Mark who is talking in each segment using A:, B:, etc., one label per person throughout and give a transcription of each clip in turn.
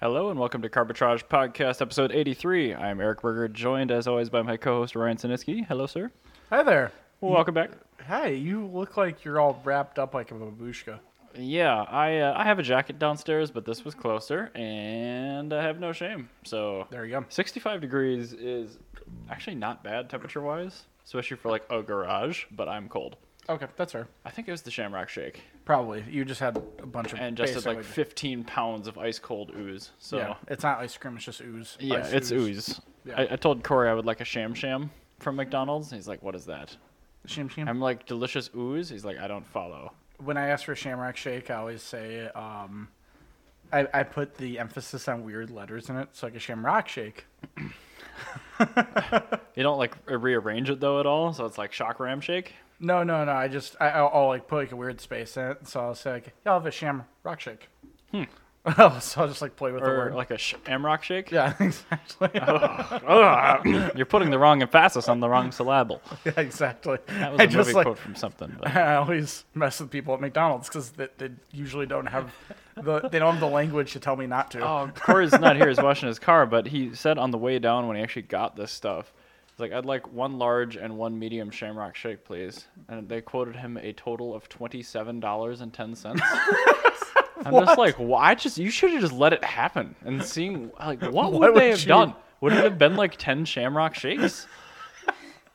A: Hello and welcome to Carbitrage Podcast, episode 83. I'm Eric Berger, joined as always by my co-host Ryan Siniski. Hello, sir.
B: Hi there.
A: welcome back.
B: Hi, you look like you're all wrapped up like a babushka.
A: Yeah, I uh, I have a jacket downstairs, but this was closer, and I have no shame. So
B: There you go.
A: 65 degrees is actually not bad temperature-wise, especially for like a garage. But I'm cold.
B: Okay, that's fair.
A: I think it was the Shamrock Shake,
B: Probably. You just had a bunch of
A: and just did, like
B: basically-
A: 15 pounds of ice cold ooze. So
B: yeah, it's not ice cream, it's just ooze.
A: Yeah,
B: Ice
A: it's ooze.
B: Yeah.
A: I, I told Corey I would like a sham sham from McDonald's. He's like, "What is that?"
B: Shim shim.
A: I'm like, "Delicious ooze." He's like, "I don't follow."
B: When I ask for a shamrock shake, I always say, um, I, I put the emphasis on weird letters in it, so like a shamrock shake.
A: You don't like r- rearrange it though at all, so it's like shock ram shake.
B: No, no, no. I just, I, I'll, I'll like put like a weird space in it, so I'll say, like, yeah, I'll have a shamrock shake. Hmm. so I'll just like play with the
A: or
B: word.
A: like Oh. a sh- amrock shake.
B: yeah, exactly.
A: Ugh, You're putting the wrong emphasis on the wrong syllable.
B: yeah, exactly.
A: That was
B: I
A: a
B: just
A: movie
B: like,
A: quote from something. But
B: I always mess with people at McDonald's because they, they usually don't have the they don't have the language to tell me not to.
A: Oh, Corey's not here. He's washing his car, but he said on the way down when he actually got this stuff, he's like, "I'd like one large and one medium Shamrock Shake, please." And they quoted him a total of twenty-seven dollars and ten cents. I'm just like, why? Just you should have just let it happen and seen like what, would
B: What
A: they
B: would
A: have
B: you-
A: done? Would it have been like ten Shamrock Shakes?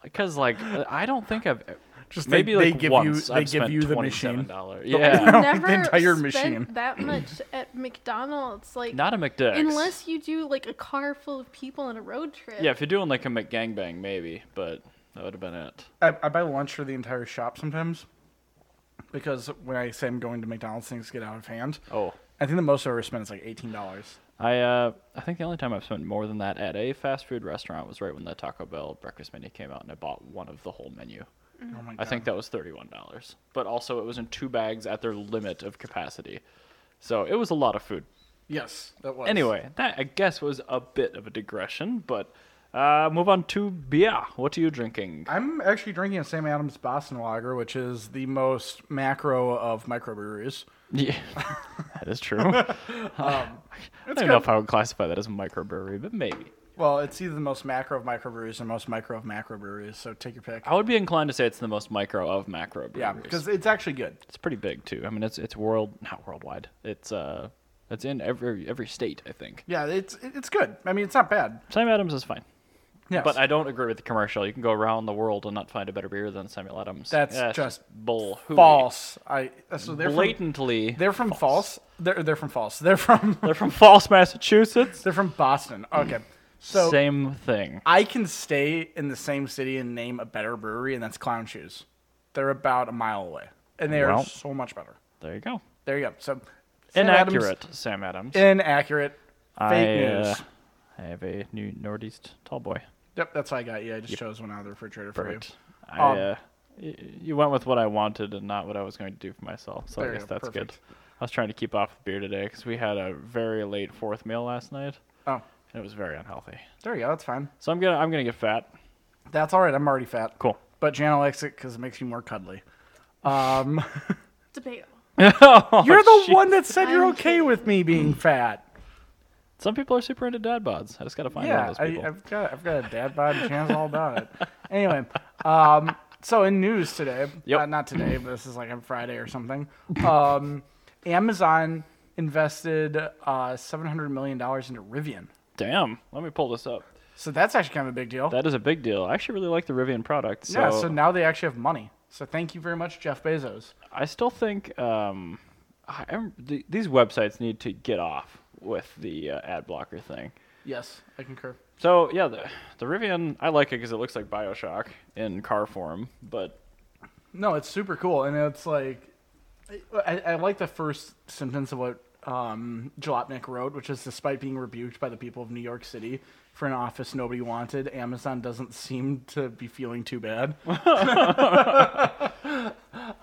A: Because like I don't think I've
B: Just they-
A: maybe
B: they
A: like
B: give you-
A: once
B: they
A: I've
B: give
A: spent
B: you the
A: twenty-seven
B: machine.
A: dollars.
B: I
A: Yeah,
B: don't
C: never
B: think the entire
C: spent
B: machine.
C: that much at McDonald's. Like
A: not a McDix.
C: unless you do like a car full of people on a road trip.
A: Yeah, if you're doing like a McGangbang, maybe, but that would have been it.
B: I, I buy lunch for the entire shop sometimes because when I say I'm going to McDonald's, things get out of hand.
A: Oh,
B: I think the most I ever spent is like eighteen dollars.
A: I uh, I think the only time I've spent more than that at a fast food restaurant was right when the Taco Bell breakfast menu came out, and I bought one of the whole menu.
B: Oh my god!
A: I think that was thirty-one dollars, but also it was in two bags at their limit of capacity, so it was a lot of food.
B: yes, that was
A: Anyway, that I guess was a bit of a digression, but uh, move on to beer. What are you drinking?
B: I'm actually drinking a Sam Adams Boston Lager, which is the most macro of microbreweries.
A: Yeah, that is true. Um, I don't know if I would classify that as a microbrewery, but maybe.
B: Well, it's either the most macro of microbreweries or most micro of macrobreweries. So take your pick.
A: I would be inclined to say it's the most micro of macro breweries.
B: Yeah, because it's actually good.
A: it's pretty big too. I mean, it's it's world not worldwide. It's uh, it's in every every state, I think.
B: Yeah, it's it's good. I mean, it's not bad.
A: Sam Adams is fine,
B: Yes.
A: but I don't agree with the commercial. You can go around the world and not find a better beer than Samuel Adams.
B: That's just
A: bull hooey.
B: false. I Uh, so they're from,
A: Blatantly,
B: they're from false. They're they're from false. They're from
A: they're from False, Massachusetts.
B: they're from Boston. Okay, so
A: Same thing.
B: I can stay in the same city and name a better brewery, and that's Clown Shoes. They're about a mile away, and they
A: Well.
B: are so much better.
A: There you go.
B: There you go. So Sam Adams-
A: Inaccurate, Sam Adams.
B: inaccurate, fake
A: I, uh,
B: news.
A: I have a new Northeast tall boy.
B: Yep, that's what I got you. I just chose one out of the refrigerator for you.
A: Bert. I,
B: Um,
A: uh, y- you went with what I wanted and not what I was going to do for myself, so I
B: There you
A: guess
B: go,
A: that's good.
B: perfect.
A: I was trying to keep off the beer today because we had a very late fourth meal last night,
B: Oh,
A: and it was very unhealthy.
B: there you go. That's fine.
A: So I'm gonna I'm gonna get fat.
B: That's all right. I'm already fat.
A: Cool.
B: But Jana likes it because it makes you more cuddly. Um.
C: Debatable.
B: You're the
A: Oh, shit. Mm.
B: one that said you're
C: I'm
B: okay with me being fat.
A: Some people are super into dad bods. I just gotta find one
B: yeah,
A: of those
B: I,
A: people.
B: I've got I've got a dad bod and Jan's all about it. Anyway, um, so in news today,
A: Yep.
B: uh, not today, but this is like on Friday or something. Um, Amazon invested uh, seven hundred million dollars into Rivian,
A: Damn. Let me pull this up.
B: so that's actually kind of a big deal.
A: That is a big deal. I actually really like the Rivian product. So,
B: yeah, so now they actually have money. So thank you very much, Jeff Bezos.
A: I still think um, I, I'm, th- these websites need to get off with the uh, ad blocker thing.
B: Yes, I concur.
A: So yeah, the, the Rivian I like it because it looks like Bioshock in car form, but
B: No, it's super cool, and it's like I, I like the first sentence of what um, Jalopnik wrote, which is despite being rebuked by the people of New York City for an office nobody wanted, Amazon doesn't seem to be feeling too bad.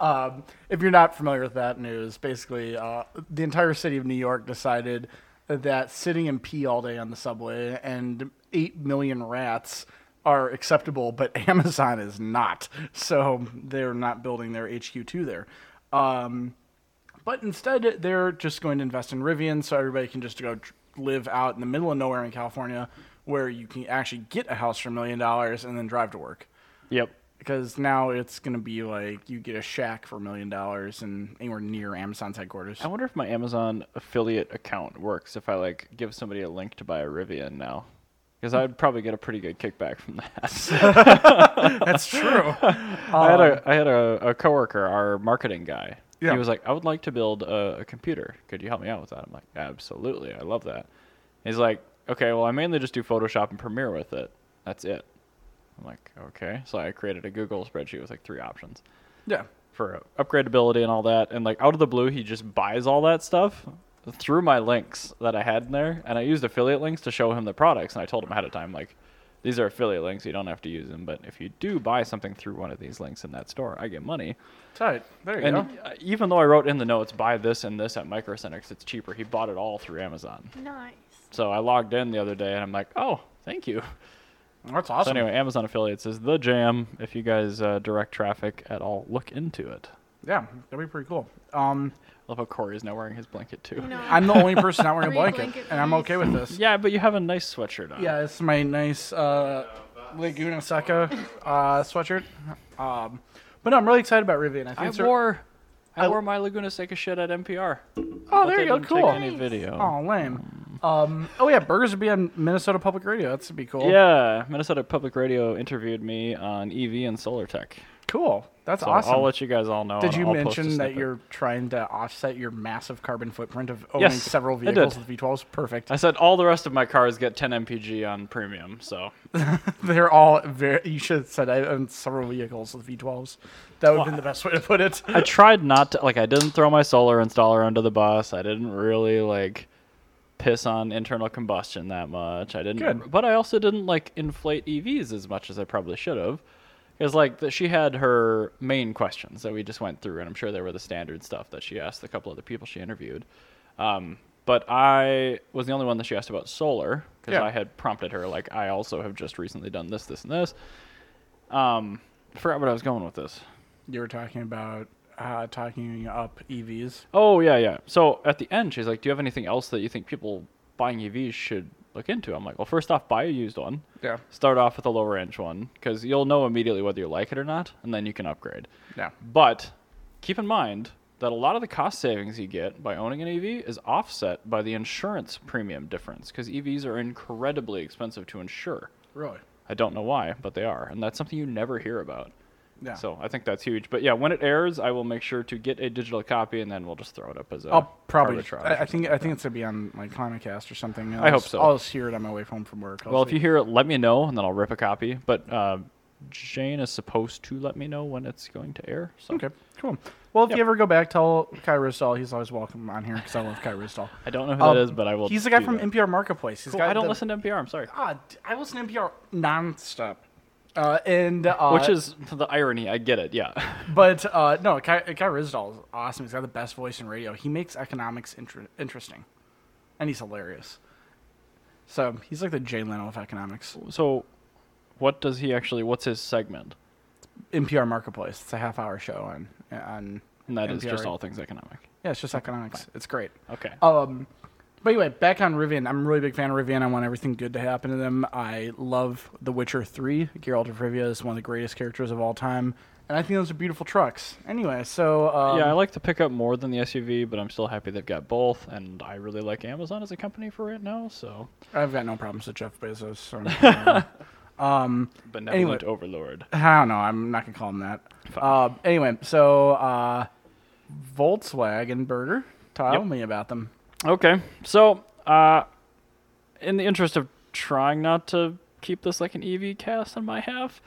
B: um, if you're not familiar with that news, basically uh, the entire city of New York decided that sitting in pee all day on the subway and eight million rats are acceptable, but Amazon is not. So they're not building their HQ2 there. Um, But instead, they're just going to invest in Rivian so everybody can just go tr- live out in the middle of nowhere in California where you can actually get a house for a million dollars and then drive to work.
A: Yep.
B: Because now it's going to be like you get a shack for a million dollars and anywhere near Amazon's headquarters.
A: I wonder if my Amazon affiliate account works if I like give somebody a link to buy a Rivian now. Because I'd probably get a pretty good kickback from that.
B: That's true. Um,
A: I had a I had a, a coworker, our marketing guy.
B: Yeah.
A: He was like, I would like to build a, a computer. Could you help me out with that? I'm like, absolutely. I love that. He's like, okay, well, I mainly just do Photoshop and Premiere with it. That's it. I'm like, okay. So I created a Google spreadsheet with like three options
B: yeah.
A: for upgradability and all that. And like out of the blue, he just buys all that stuff through my links that I had in there. And I used affiliate links to show him the products. And I told him ahead of time, like, these are affiliate links. You don't have to use them. But if you do buy something through one of these links in that store, I get money.
B: Tight. There you
A: And
B: go.
A: uh, even though I wrote in the notes, buy this and this at Microcentrics, it's cheaper. He bought it all through Amazon.
C: Nice.
A: So I logged in the other day and I'm like, oh, thank you.
B: That's awesome.
A: So anyway, Amazon affiliates is the jam. If you guys uh, direct traffic at all, look into it.
B: Yeah, that'd be pretty cool. Um,
A: Love how Corey's now wearing his blanket too.
C: You know,
B: I'm the only person not wearing a
C: Free
B: blanket,
C: blanket,
B: and I'm
C: please.
B: okay with this.
A: Yeah, but you have a nice sweatshirt on.
B: Yeah, it's my nice uh, Laguna Seca uh, sweatshirt. Um, but no, I'm really excited about Rivian. I think
A: I
B: it's a-
A: wore I,
B: I-
A: wore my Laguna Seca shit at NPR.
B: Oh,
A: but
B: there
A: they
B: you go.
A: didn't
B: Cool.
A: Take any
C: Nice.
A: video.
B: Oh, lame. Um, oh yeah, burgers would be on Minnesota Public Radio. That's be cool.
A: Yeah, Minnesota Public Radio interviewed me on EV and solar tech.
B: cool. That's
A: So
B: awesome.
A: I'll let you guys all know.
B: Did
A: and
B: you
A: I'll post a
B: mention that
A: snippet.
B: you're trying to offset your massive carbon footprint of owning
A: Yes,
B: several
A: I did.
B: vehicles with V12s? Perfect.
A: I said all the rest of my cars get 10 mpg on premium, so
B: They're all very. You should have said I own several vehicles with V12s. That would have been the best way to put it.
A: I tried not to like I didn't throw my solar installer under the bus. I didn't really like piss on internal combustion that much. I didn't
B: Good.
A: but I also didn't like inflate EVs as much as I probably should have. Cuz like that she had her main questions that we just went through and I'm sure they were the standard stuff that she asked a couple other people she interviewed. Um but I was the only one that she asked about solar because
B: Yeah.
A: I had prompted her like I also have just recently done this this and this. Um forgot where I was going with this.
B: You were talking about uh, talking up E EVs.
A: Oh yeah, yeah. So at the end, she's like, "Do you have anything else that you think people buying EVs should look into?" I'm like, "Well, first off, buy a used one.
B: Yeah.
A: Start off with a low range one because you'll know immediately whether you like it or not, and then you can upgrade.
B: Yeah.
A: But keep in mind that a lot of the cost savings you get by owning an EV is offset by the insurance premium difference because EVs are incredibly expensive to insure.
B: Really.
A: I don't know why, but they are, and that's something you never hear about.
B: Yeah.
A: So I think that's huge. But yeah, when it airs, I will make sure to get a digital copy, and then we'll just throw it up as a.
B: I'll probably.
A: uh, arbitrage or
B: I, I think.
A: something.
B: I think it's gonna be on like Climacast or something. I'll
A: I hope
B: just-
A: so.
B: I'll just hear it on my way home from work. I'll
A: Well, if
B: see.
A: you hear it, let me know, and then I'll rip a copy. But uh, Jane is supposed to let me know when it's going to air. So
B: Okay. Cool. Well, if
A: Yep.
B: you ever go back, tell Kai Ristall he's always welcome on here because I love Kai Ristall.
A: I don't know who
B: Um,
A: that is, but I will.
B: He's the guy
A: do
B: from
A: that.
B: NPR Marketplace. He's
A: Cool.
B: got
A: I don't
B: the-
A: listen to NPR. I'm sorry.
B: Ah, d- I listen to NPR nonstop. Uh, and uh,
A: Which is the irony. I get it. Yeah.
B: but uh, no, Kai, Kai Rizdal is awesome. He's got the best voice in radio. He makes economics inter- interesting, and he's hilarious. So he's like the Jay Leno of economics.
A: So, what does he actually? What's his segment?
B: NPR Marketplace. It's a half-hour show on on.
A: And that is
B: NPR.
A: just all things economic.
B: Yeah, it's just economics. It's great.
A: Okay.
B: Um, but anyway, back on Rivian. I'm a really big fan of Rivian. I want everything good to happen to them. I love The Witcher 3. Geralt of Rivia is one of the greatest characters of all time. And I think those are beautiful trucks. Anyway, so. Um,
A: yeah, I like the pickup more than the SUV, but I'm still happy they've got both, and I really like Amazon as a company for it now. So
B: I've got no problems with Jeff Bezos. So I'm fine.
A: benevolent overlord.
B: I don't know. I'm not gonna call him that. Uh, anyway, so uh, Volkswagen Burger. Tell
A: Yep.
B: me about them.
A: Okay, so uh, in the interest of trying not to keep this like an EV cast on my half,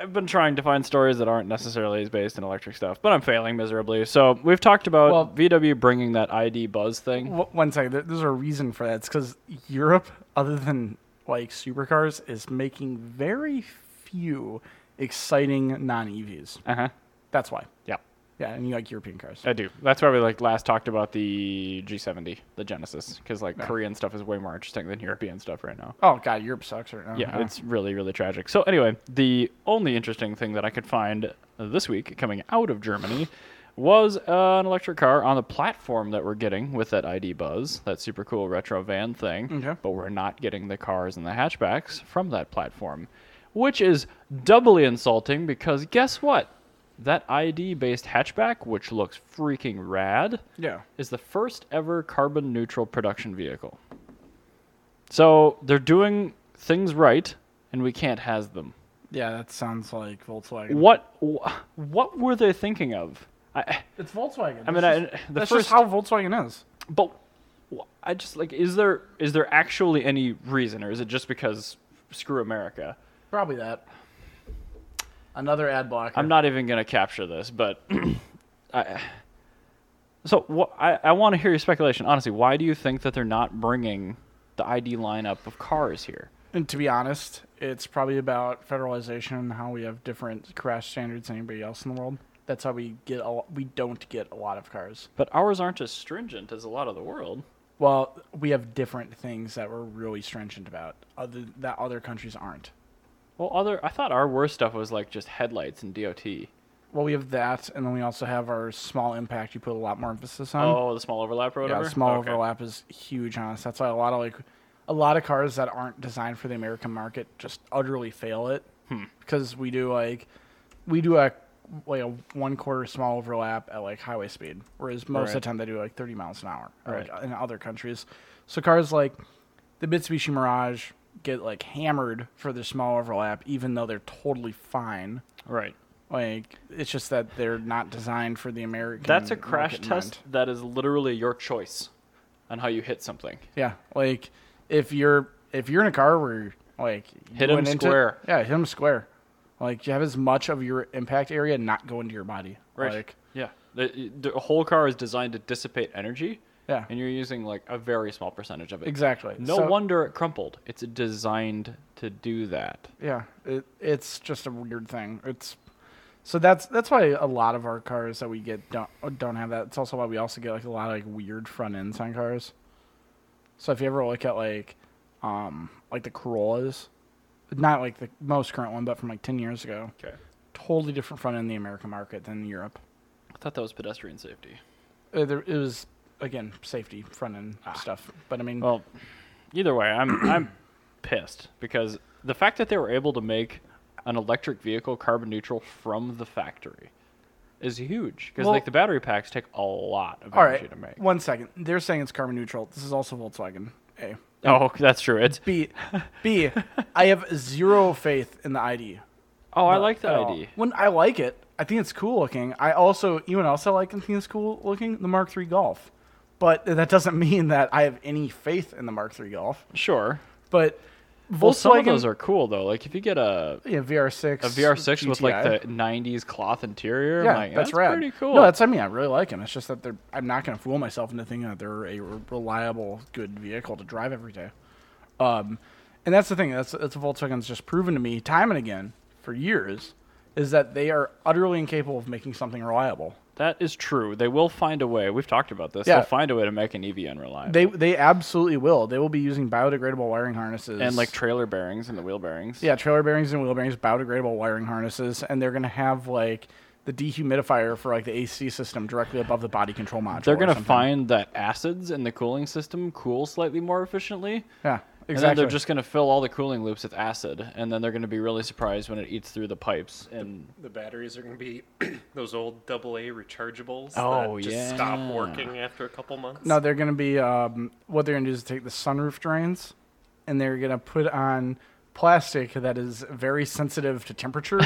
A: I've been trying to find stories that aren't necessarily as based in electric stuff, but I'm failing miserably. So we've talked about
B: Well-
A: VW bringing that ID Buzz thing.
B: W- one second. There, there's a reason for that. It's because Europe, other than like supercars, is making very few exciting non-EVs.
A: Uh huh.
B: That's why.
A: Yeah,
B: Yeah, and you like European cars.
A: I do. That's why we like last talked about the G70, the Genesis, because like Korean stuff is way more interesting than European stuff right now.
B: Oh god, Europe sucks right now. Uh-huh.
A: yeah, it's really, really tragic. So anyway, the only interesting thing that I could find this week coming out of Germany was uh, an electric car on the platform that we're getting with that ID Buzz, that super cool retro van thing.
B: Okay.
A: But we're not getting the cars and the hatchbacks from that platform, which is doubly insulting because guess what? That ID based hatchback, which looks freaking rad,
B: Yeah.
A: is the first ever carbon neutral production vehicle. So they're doing things right, and we can't has them.
B: Yeah, that sounds like Volkswagen.
A: What wh- what were they thinking of? I,
B: It's Volkswagen.
A: I mean,
B: That's
A: I-
B: just-
A: the
B: that's
A: first-
B: just how Volkswagen is.
A: but wh- I just like is there is there actually any reason, or is it just because screw America?
B: Probably that. Another ad blocker.
A: I'm not even gonna capture this, but I. So what I, I want to hear your speculation. Honestly, why do you think that they're not bringing the ID lineup of cars here?
B: And to be honest, it's probably about federalization and how we have different crash standards than anybody else in the world. That's how we get a, we don't get a lot of cars.
A: But ours aren't as stringent as a lot of the world.
B: Well, we have different things that we're really stringent about, other that other countries aren't.
A: Well, other I thought our worst stuff was like just headlights and DOT.
B: Well, we have that, and then we also have our small impact. You put a lot more emphasis on.
A: oh, the small overlap or whatever.
B: Um, Yeah, small
A: Okay.
B: overlap is huge on us. That's why a lot of like a lot of cars that aren't designed for the American market just utterly fail it
A: Hmm.
B: because we do like we do a like a one quarter small overlap at like highway speed, whereas most of the
A: Right.
B: time they do like 30 miles an hour or, like,
A: Right.
B: in other countries. So cars like the Mitsubishi Mirage get like hammered for their small overlap, even though they're totally fine.
A: Right.
B: Like it's just that they're not designed for the American.
A: That's a crash
B: market in mind.
A: test that is literally your choice on how you hit something.
B: Yeah, like if you're if you're in a car where like you
A: Hit 'em
B: went into-
A: square.
B: yeah, hit him square. Like you have as much of your impact area not go into your body.
A: Right.
B: Like,
A: yeah. The, the whole car is designed to dissipate energy,
B: yeah.
A: and you're using like a very small percentage of it.
B: Exactly.
A: No
B: So-
A: wonder it crumpled. It's designed to do that.
B: Yeah. It, it's just a weird thing. It's so that's that's why a lot of our cars that we get don't don't have that. It's also why we also get like a lot of like weird front ends on cars. So if you ever look at like um like the Corollas, not like the most current one, but from like ten years ago.
A: Okay.
B: totally different front end in the American market than Europe.
A: I thought that was pedestrian safety.
B: Uh, there, it was again safety front end stuff, but I mean,
A: Ah. Well, either way, I'm I'm pissed because the fact that they were able to make an electric vehicle carbon neutral from the factory is huge because
B: Well-
A: like the battery packs take a lot of
B: all
A: energy
B: right.
A: to make.
B: One second, they're saying it's carbon neutral. This is also Volkswagen. A,
A: Oh, that's true. It's
B: B, B. I have zero faith in the ID.
A: oh, I like the
B: at all.
A: ID.
B: When I like it, I think it's cool looking. I also, you know, what else I like and think it's cool looking the Mark III Golf, but that doesn't mean that I have any faith in the Mark III Golf.
A: Sure.
B: But Volkswagen,
A: Well, some of those are cool though. Like if you get a
B: yeah, VR6,
A: a VR6 with like
B: GTI.
A: the '90s cloth interior, I'm
B: Yeah,
A: like,
B: that's,
A: that's,
B: rad.
A: pretty cool.
B: No, that's I mean I really like them. It's just that they're I'm not gonna fool myself into thinking that they're a re- reliable, good vehicle to drive every day. Um, and that's the thing. That's that's what Volkswagen's just proven to me time and again for years is that they are utterly incapable of making something reliable.
A: that is true. They will find a way. We've talked about this.
B: Yeah.
A: They'll find a way to make an EV unreliable.
B: They they absolutely will. They will be using biodegradable wiring harnesses
A: and like trailer bearings and the wheel bearings.
B: Yeah, trailer bearings and wheel bearings, biodegradable wiring harnesses, and they're gonna have like the dehumidifier for like the AC system directly above the body control module.
A: They're
B: or
A: gonna
B: something.
A: find that acids in the cooling system cool slightly more efficiently.
B: yeah
A: And
B: exactly.
A: then they're just gonna fill all the cooling loops with acid, and then they're gonna be really surprised when it eats through the pipes. And
D: The batteries are going to be those old AA rechargeables
A: Oh,
D: that just stop
A: yeah.
D: working after a couple months.
B: No, they're gonna be um, what they're gonna do is take the sunroof drains, and they're gonna put on plastic that is very sensitive to temperature,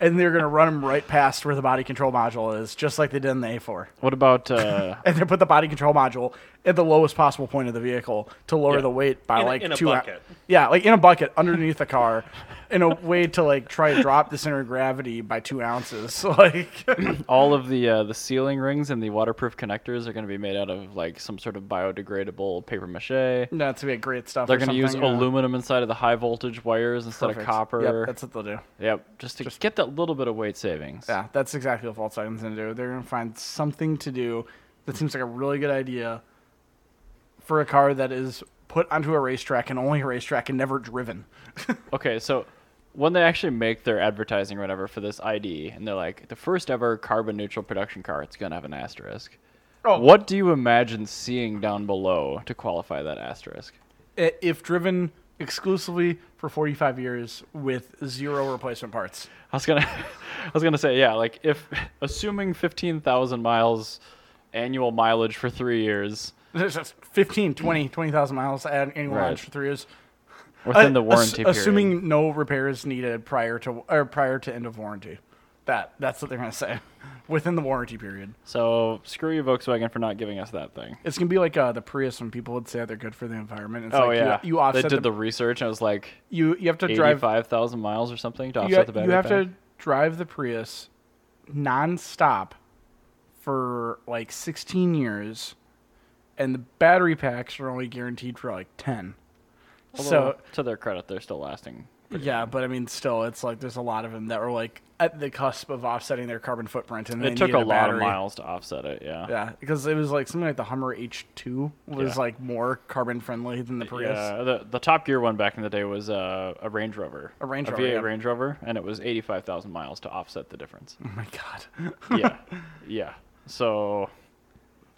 B: and they're gonna run them right past where the body control module is, just like they did in the A4.
A: what about uh,
B: And they put the body control module at the lowest possible point of the vehicle to lower
A: Yeah.
B: the weight by
D: In a-
B: like
D: in a
B: two. hou-
D: bucket.
B: yeah, like in a bucket underneath the car, in a way to like try to drop the center of gravity by two ounces. Like,
A: all of the uh, the sealing rings and the waterproof connectors are gonna be made out of like some sort of biodegradable paper mache.
B: that's gonna be great stuff.
A: They're
B: or
A: going to use
B: something, yeah.
A: aluminum inside of the high voltage wires instead
B: Perfect.
A: of copper.
B: Yep, that's what they'll do.
A: Yep, just to get that little bit of weight savings.
B: Yeah, that's exactly what Volkswagen's gonna do. They're gonna find something to do that seems like a really good idea for a car that is put onto a racetrack and only a racetrack and never driven.
A: Okay, so when they actually make their advertising or whatever for this ID, and they're like the first ever carbon neutral production car, it's gonna have an asterisk.
B: Oh.
A: What do you imagine seeing down below to qualify that asterisk?
B: I- if driven exclusively for 45 years with zero replacement parts.
A: I was gonna, I was gonna say yeah, like if assuming fifteen thousand miles annual mileage for three years
B: There's just 15, 20, 20,000 miles at annual
A: Right.
B: mileage for three years.
A: within
B: Uh,
A: the
B: ass-
A: warranty period.
B: Assuming no repairs needed prior to or prior to end of warranty. That that's what they're gonna say. Within the warranty period,
A: so screw you Volkswagen for not giving us that thing.
B: it's gonna be like uh, the Prius when people would say they're good for the environment. It's
A: oh
B: like
A: yeah,
B: you, you offset
A: they did
B: the,
A: the, research and it was like
B: you you have to drive
A: eighty-five thousand miles or something to offset
B: you, ha-
A: the battery.
B: you have
A: pack.
B: to drive the Prius nonstop for like 16 years, and the battery packs are only guaranteed for like 10.
A: Although,
B: so
A: to their credit, they're still lasting.
B: yeah, but I mean, still, it's like there's a lot of them that were like at the cusp of offsetting their carbon footprint, and they
A: It took a
B: needed
A: lot
B: battery.
A: of miles to offset it. Yeah.
B: Yeah, because it was like something like the Hummer H2 was
A: Yeah.
B: like more carbon friendly than the Prius.
A: Yeah, the the Top Gear one back in the day was uh, a Range Rover,
B: A Range Rover,
A: V8
B: yeah.
A: Range Rover, and it was eighty five thousand miles to offset the difference.
B: Oh my god.
A: yeah, yeah. So,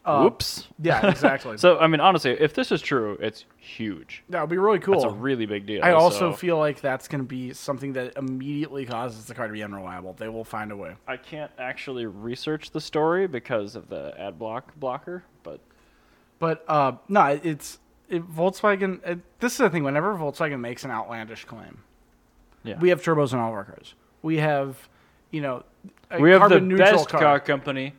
B: Uh,
A: whoops.
B: Yeah, exactly.
A: So I mean, honestly, if this is true, it's huge.
B: that would be really cool.
A: It's a really big deal.
B: I also
A: so
B: feel like that's going to be something that immediately causes the car to be unreliable. They will find a way.
A: I can't actually research the story because of the ad block blocker, but
B: But uh, no, it- it's it, Volkswagen. It, this is the thing. Whenever Volkswagen makes an outlandish claim,
A: Yeah.
B: we have turbos in all of our cars. We have, you know, a
A: we have the
B: carbon neutral
A: best car company.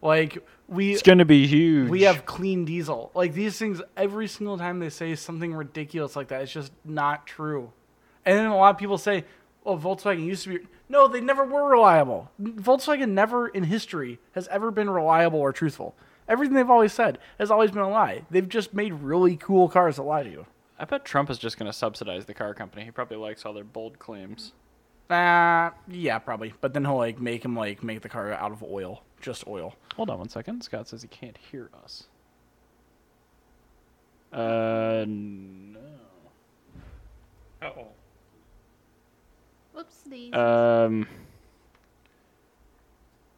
B: Like we
A: It's gonna be huge.
B: we have clean diesel. Like these things, every single time they say something ridiculous like that, it's just not true. And then a lot of people say, "Oh, Volkswagen used to be." No, they never were reliable. Volkswagen never in history has ever been reliable or truthful. Everything they've always said has always been a lie. They've just made really cool cars that lie to you.
A: I bet Trump is just gonna subsidize the car company. He probably likes all their bold claims.
B: Uh, yeah, probably. But then he'll like make him like make the car out of oil, just oil.
A: Hold on one second. Scott says he can't hear us. Uh, no.
D: Uh-oh.
C: Whoops,
A: Um.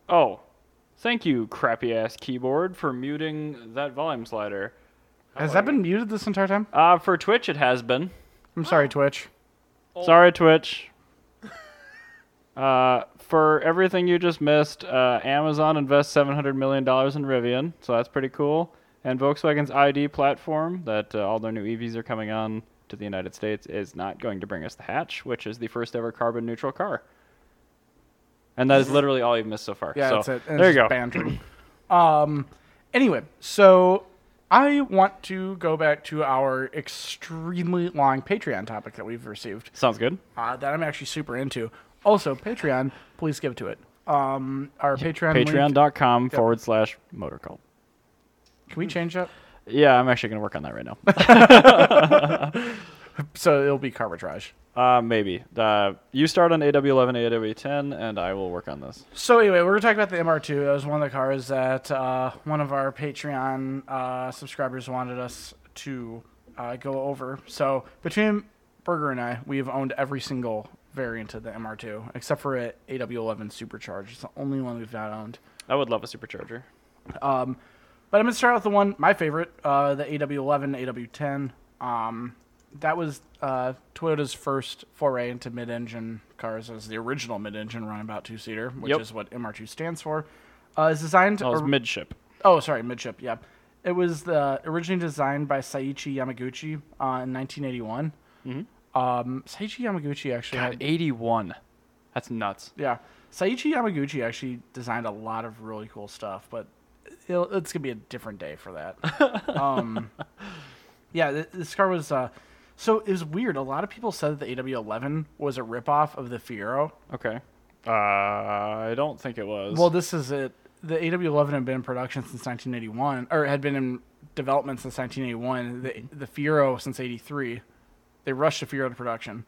A: Oh, thank you, crappy ass keyboard, for muting that volume slider.
B: Has that been muted this entire time?
A: Uh, for Twitch, it has been.
B: I'm sorry, Twitch. Oh.
A: Sorry, Twitch. Uh, for everything you just missed, uh, Amazon invests seven hundred million dollars in Rivian, so that's pretty cool. And Volkswagen's ID platform, that uh, all their new EVs are coming on to the United States, is not going to bring us the hatch, which is the first ever carbon neutral car. And that is literally all you've missed so far.
B: Yeah,
A: so,
B: that's it. And
A: there
B: it's
A: you go.
B: just Banter. um, anyway, so I want to go back to our extremely long Patreon topic that we've received
A: Sounds good.
B: uh, that I'm actually super into. Also, Patreon, please give to it. Um, our Patreon. link-
A: Patreon.com forward slash motor cult.
B: Can we change that?
A: Yeah, I'm actually going to work on that right now.
B: So it'll be carbitrage.
A: uh, maybe. Uh, you start on AW11, AW10, and I will work on this.
B: So anyway, we're gonna talk about the MR2. That was one of the cars that uh, one of our Patreon uh, subscribers wanted us to uh, go over. So between Berger and I, we've owned every single variant of the MR2 except for a AW11 Supercharged. It's the only one we've not owned.
A: I would love a supercharger.
B: Um, but I'm gonna start with the one my favorite, uh, the AW11, AW10. Um, that was uh, Toyota's first foray into mid-engine cars as the original mid-engine runabout two-seater, which
A: Yep.
B: is what MR2 stands for. Uh, it's designed.
A: Oh, it's
B: or-
A: midship.
B: oh, sorry, midship. Yeah, it was the originally designed by Saichi Yamaguchi uh, in 1981. Um, Saichi Yamaguchi actually had
A: 81. That's nuts.
B: yeah. Saichi Yamaguchi actually designed a lot of really cool stuff, but it'll, it's going to be a different day for that. um, yeah, th- this car was. Uh, so it was weird. A lot of people said that the AW11 was a ripoff of the Fiero.
A: Okay. Uh, I don't think it was.
B: Well, this is it. The AW11 had been in production since 1981, or had been in development since 1981.
A: Mm-hmm.
B: The, the Fiero since '83. They rushed the Fiero to production.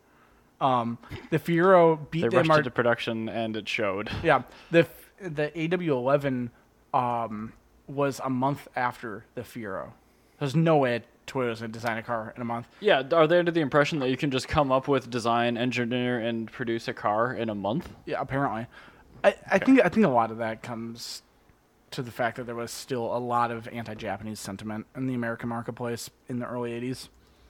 B: Um, the Fiero beat
A: they
B: the
A: rushed
B: MR-
A: into production and it showed.
B: Yeah, the the AW11 um, was a month after the Fiero. There's no way it Toyota's gonna design a car in a month.
A: Yeah, are they under the impression that you can just come up with design, engineer, and produce a car in a month?
B: Yeah, apparently. I, I think I think a lot of that comes to the fact that there was still a lot of anti-Japanese sentiment in the American marketplace in the early '80s.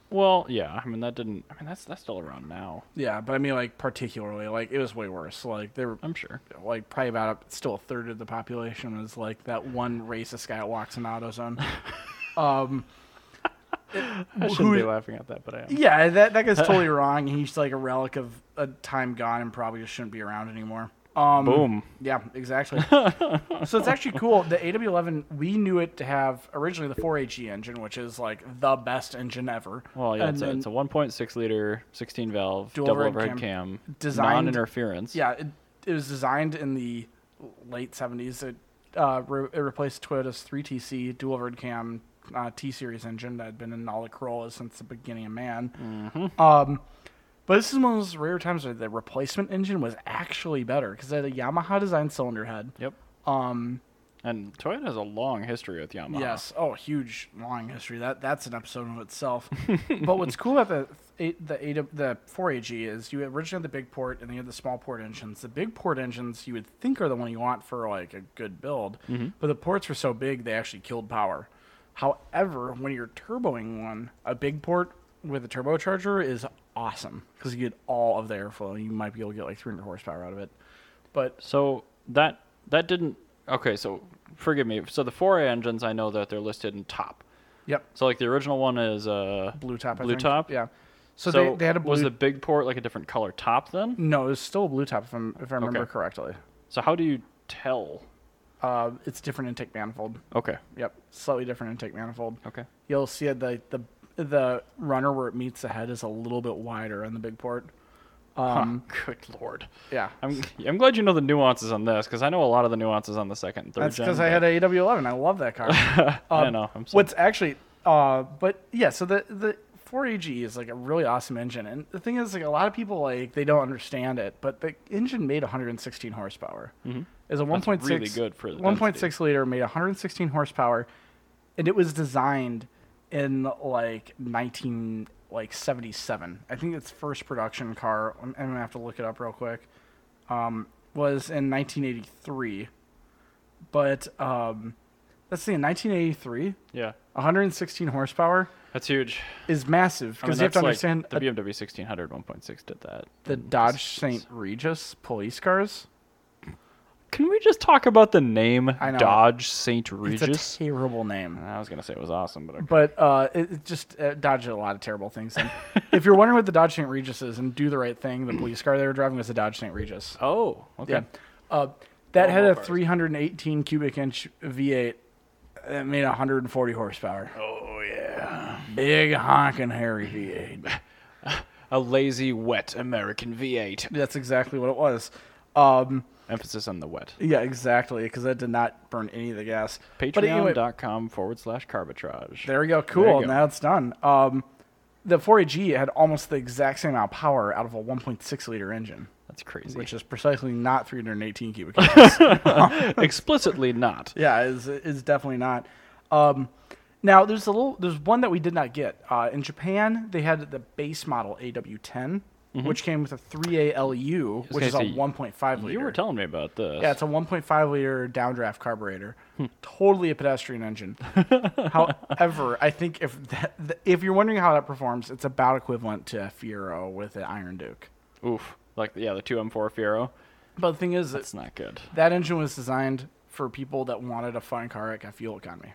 A: Well, yeah. I mean, that didn't. I mean, that's that's still around now.
B: Yeah, but I mean, like particularly, like it was way worse. Like there were
A: I'm sure.
B: like probably about a, still a third of the population was like that one racist guy that walks in AutoZone. um,
A: I shouldn't be laughing at that, but I am.
B: yeah, that that guy's totally wrong. He's like a relic of a time gone and probably just shouldn't be around anymore. Um,
A: Boom.
B: Yeah, exactly. so it's actually cool. The AW11, we knew it to have originally the 4HE engine, which is like the best engine ever.
A: Well, yeah,
B: And
A: it's a,
B: then
A: it's a 1.6 liter, 16 valve,
B: Dual
A: double
B: overhead
A: overhead
B: cam,
A: cam,
B: designed-
A: non-interference.
B: yeah, it, it was designed in the late 70s. It, uh, re- it replaced Toyota's 3TC dual overhead cam uh, T series engine that had been in all the Corollas since the beginning of man. Um, but this is one of those rare times where the replacement engine was actually better because it had a Yamaha designed cylinder head.
A: Yep.
B: Um,
A: And Toyota has a long history with Yamaha.
B: Yes. Oh, huge, long history. That that's an episode of itself. but what's cool about the eight- the eight of- the 4AG is you originally had the big port and then you had the small port engines. The big port engines you would think are the one you want for like a good build,
A: Mm-hmm.
B: but the ports were so big they actually killed power. However, when you're turboing one, a big port with a turbocharger is awesome because you get all of the airflow. You might be able to get like 300 horsepower out of it. But
A: So that that didn't. Okay, so forgive me. So the 4A engines, I know that they're listed in top.
B: yep,
A: So like the original one is uh,
B: blue top. I
A: Blue
B: think.
A: top?
B: Yeah. So, they, they had a blue Mm.
A: was the big port like a different color top then?
B: No, it was still a blue top if, I'm, if I remember
A: Okay.
B: correctly.
A: So how do you tell?
B: Uh, it's different intake manifold.
A: Okay.
B: Yep, slightly different intake manifold.
A: Okay.
B: You'll see it the the the runner where it meets the head is a little bit wider on the big port. Um,
A: Good lord.
B: Yeah,
A: I'm I'm glad you know the nuances on this because I know a lot of the nuances on the second and third.
B: that's
A: gen,
B: because I had
A: but
B: a AW11. I love that car.
A: I
B: um,
A: know. I'm so,
B: What's actually, uh, but yeah, so the the 4AG is like a really awesome engine, and the thing is, like a lot of people like they don't understand it, but the engine made 116 horsepower.
A: Hmm.
B: Mm-hmm. Is a 1.6
A: really good for the
B: 1.6 liter made 116 horsepower, and it was designed in like 19 like 77. I think its first production car. I'm, I'm gonna have to look it up real quick. Um, was in 1983, but um, let's see, in 1983.
A: yeah.
B: 116 horsepower
A: That's huge.
B: is massive
A: I mean,
B: because you
A: that's
B: have to
A: like-
B: understand
A: the
B: uh, the,
A: BMW 1600 1.6 did that. And
B: Dodge
A: just-
B: St. Regis police cars.
A: Can we just talk about the name
B: I know.
A: Dodge St. Regis?
B: It's a terrible name.
A: I was gonna say it was awesome, but okay.
B: But uh, it, it just uh, Dodge did a lot of terrible things. And if you're wondering what the Dodge St. Regis is and do the right thing, the police car they were driving was a Dodge St. Regis.
A: oh, okay.
B: Yeah. Uh, that had
D: more
B: a
D: cars.
B: 318 cubic inch V8 that made 140 horsepower.
A: Oh yeah.
B: Big honking hairy V8.
A: A lazy, wet American V8.
B: That's exactly what it was. Um,
A: Emphasis on the wet.
B: yeah, exactly, because that did not burn any of the gas. But anyway-
A: Patreon.com forward slash carbitrage.
B: There we go.
A: go.
B: Cool. Now it's done. Um, the 4AG had almost the exact same amount of power out of a 1.6 liter engine,
A: That's crazy.
B: which is precisely not 318 cubic inches.
A: Explicitly not.
B: yeah, is is definitely not. Um, now there's a little there's one that we did not get uh, in Japan. They had the base model AW10,
A: Mm-hmm.
B: which came with a 3ALU, which
A: gonna
B: is a
A: say,
B: 1.5 liter.
A: You were telling me about this.
B: Yeah, it's a 1.5 liter downdraft carburetor.
A: Hmm.
B: Totally a pedestrian engine. However, I think if that, th- if you're wondering how that performs, it's about equivalent to a Fiero with an Iron Duke.
A: Oof. Like yeah, the two M4 Fiero.
B: But the thing is, that,
A: That's not good.
B: that engine was designed for people that wanted a fun car that got fuel economy.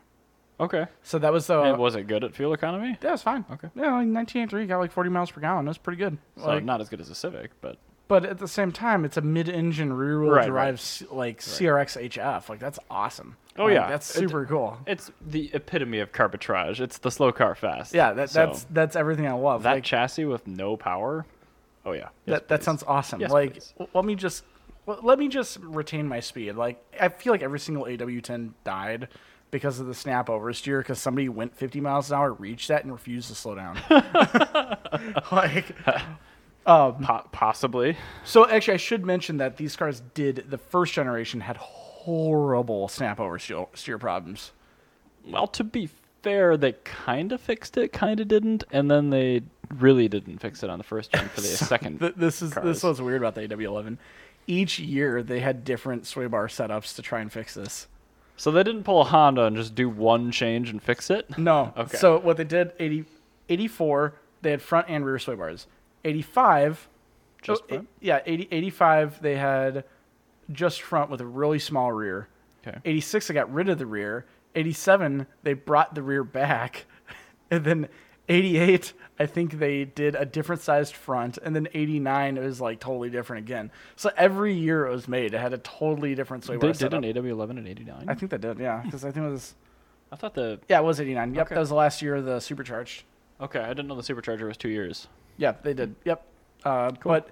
A: Okay.
B: So that was the
A: and was it good at fuel economy?
B: that was fine.
A: Okay.
B: Yeah, like 1983 got like 40 miles per gallon. That's pretty good.
A: So
B: Like-
A: not as good as a Civic, but
B: but at the same time, it's a mid-engine rear-wheel
A: Right,
B: drive
A: right.
B: s- like CRX HF. Like that's awesome.
A: Oh,
B: Like,
A: yeah.
B: that's
A: It-
B: super cool.
A: it's the epitome of carbitrage. It's the slow car fast.
B: Yeah, that,
A: So
B: that's that's everything I love.
A: that
B: like,
A: chassis with no power. Oh yeah. Yes,
B: that, that
A: please.
B: sounds awesome.
A: Yes,
B: like
A: please.
B: w- let me just w- let me just retain my speed. Like I feel like every single AW10 died because of the snap oversteer because somebody went 50 miles an hour, reached that, and refused to slow down. like
A: Po- possibly.
B: so, actually, I should mention that these cars did the first generation had horrible snap oversteer steer problems.
A: Well, to be fair, they kind of fixed it, kind of didn't, and then they really didn't fix it on the first gen for the second.
B: Th- this is this
A: cars.
B: was weird about the AW11. Each year they had different sway bar setups to try and fix this.
A: so they didn't pull a Honda and just do one change and fix it.
B: No.
A: Okay.
B: So what they did 80, 84, they had front and rear sway bars. 85
A: Just
B: oh,
A: front?
B: eh, yeah, 80, 85 they had just front with a really small rear.
A: Okay.
B: 86 they got rid of the rear. 87 they brought the rear back. And then 88 I think they did a different sized front and then 89 it was like totally different again. So every year it was made it had a totally different sway
A: They
B: bar
A: did
B: setup.
A: an AW11 and 89.
B: I think they did. Yeah, cuz I think it was
A: I thought the
B: yeah, it was 89. Yep,
A: Okay.
B: that was the last year of the supercharged.
A: okay, I didn't know the supercharger was two years.
B: Yeah, they did.
A: Mm-hmm.
B: Yep. Uh, But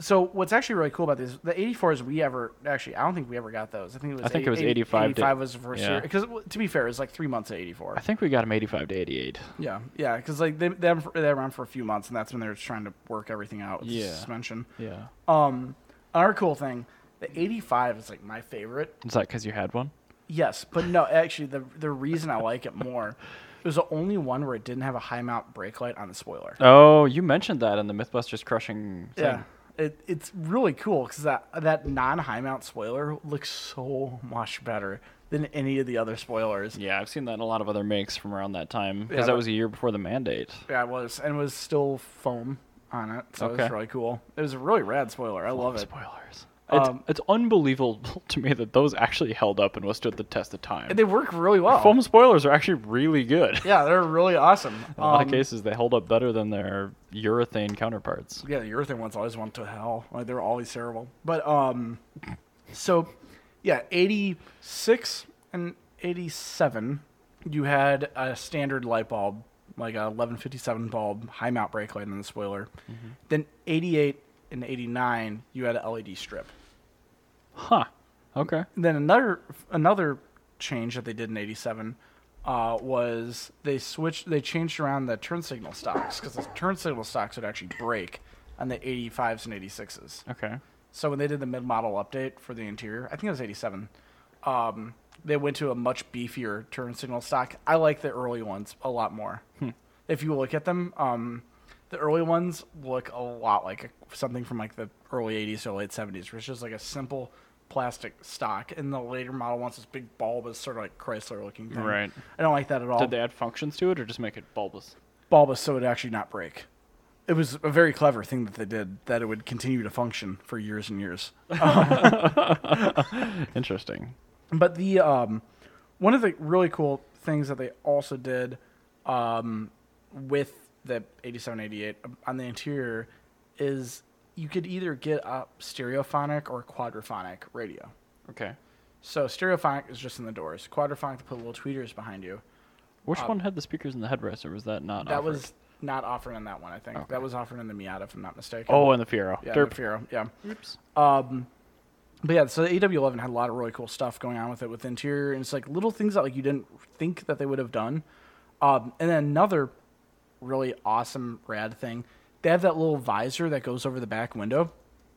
B: so what's actually really cool about these, the 84s we ever actually I don't think we ever got those. I think it was
A: I think it was 85 to-
B: 85 was the first
A: yeah.
B: year because to be fair, it was like three months of 84.
A: I think we got him 85 to 88.
B: Yeah, yeah, because like they they were they were around for a few months and that's when they were trying to work everything out. With
A: Yeah.
B: yeah. Suspension.
A: Yeah.
B: Um, another cool thing, the 85 is like my favorite.
A: Is that because you had one?
B: Yes, but no, actually the the reason I like it more. It was the only one where it didn't have a high mount brake light on the spoiler.
A: Oh, you mentioned that in the MythBusters crushing. Thing.
B: Yeah. It, it's really cool because that, that non high mount spoiler looks so much better than any of the other spoilers. Yeah.
A: Yeah, I've seen that in a lot of other makes from around that time because
B: Yeah,
A: that
B: but-
A: was a year before the mandate.
B: it was. And it was still foam on it. So it was
A: Okay.
B: really cool. It was a really rad spoiler. I love it.
A: Spoilers. It's,
B: Um,
A: it's unbelievable to me that those actually held up and withstood the test of time.
B: And they work really well.
A: Foam spoilers are actually really good. In
B: Yeah, they're really awesome.
A: a lot of
B: Um,
A: cases, they held up better than their urethane counterparts.
B: Yeah, the urethane ones always went to hell. Like they were always terrible. But um, so yeah, eighty six and eighty seven, you had a standard light bulb, like a eleven fifty seven bulb, high mount brake light in the spoiler. Then eighty eight and eighty nine, you had a LED strip.
A: Huh. Okay.
B: And then another another change that they did in eighty seven. Uh, was they switched? They changed around the turn signal stocks because the turn signal stocks would actually break on the 85s and 86s.
A: Okay.
B: So when they did the mid model update for the interior, I think it was 87. Um, they went to a much beefier turn signal stock. I like the early ones a lot more.
A: Hmm.
B: If you look at them, um, the early ones look a lot like a, something from like the early 80s or late 70s, which is like a simple plastic stock. And the later model ones, this big bulb is sort of like Chrysler looking thing.
A: Right.
B: I don't like that at all.
A: Did they add functions to it or just make it bulbous?
B: bulbous so it would actually not break. It was a very clever thing that they did that it would continue to function for years and years.
A: Interesting.
B: But the um, one of the really cool things that they also did um, with the 8788 on the interior is you could either get a stereophonic or quadraphonic radio.
A: Okay.
B: So stereophonic is just in the doors. Quadraphonic they put little tweeters behind you.
A: Which one had the speakers in the headrest or was that not?
B: Uh, That
A: offered?
B: was not offered on that one, I think.
A: Okay.
B: That was offered in the Miata, if I'm not mistaken.
A: Oh, and the Fiero.
B: yeah, the
A: Derp.
B: Fiero, yeah. Um,
A: Oops.
B: But yeah, so the AW11 had a lot of really cool stuff going on with it with interior, and it's like little things that like you didn't think that they would have done. Um, and then another really awesome rad thing, they have that little visor that goes over the back window,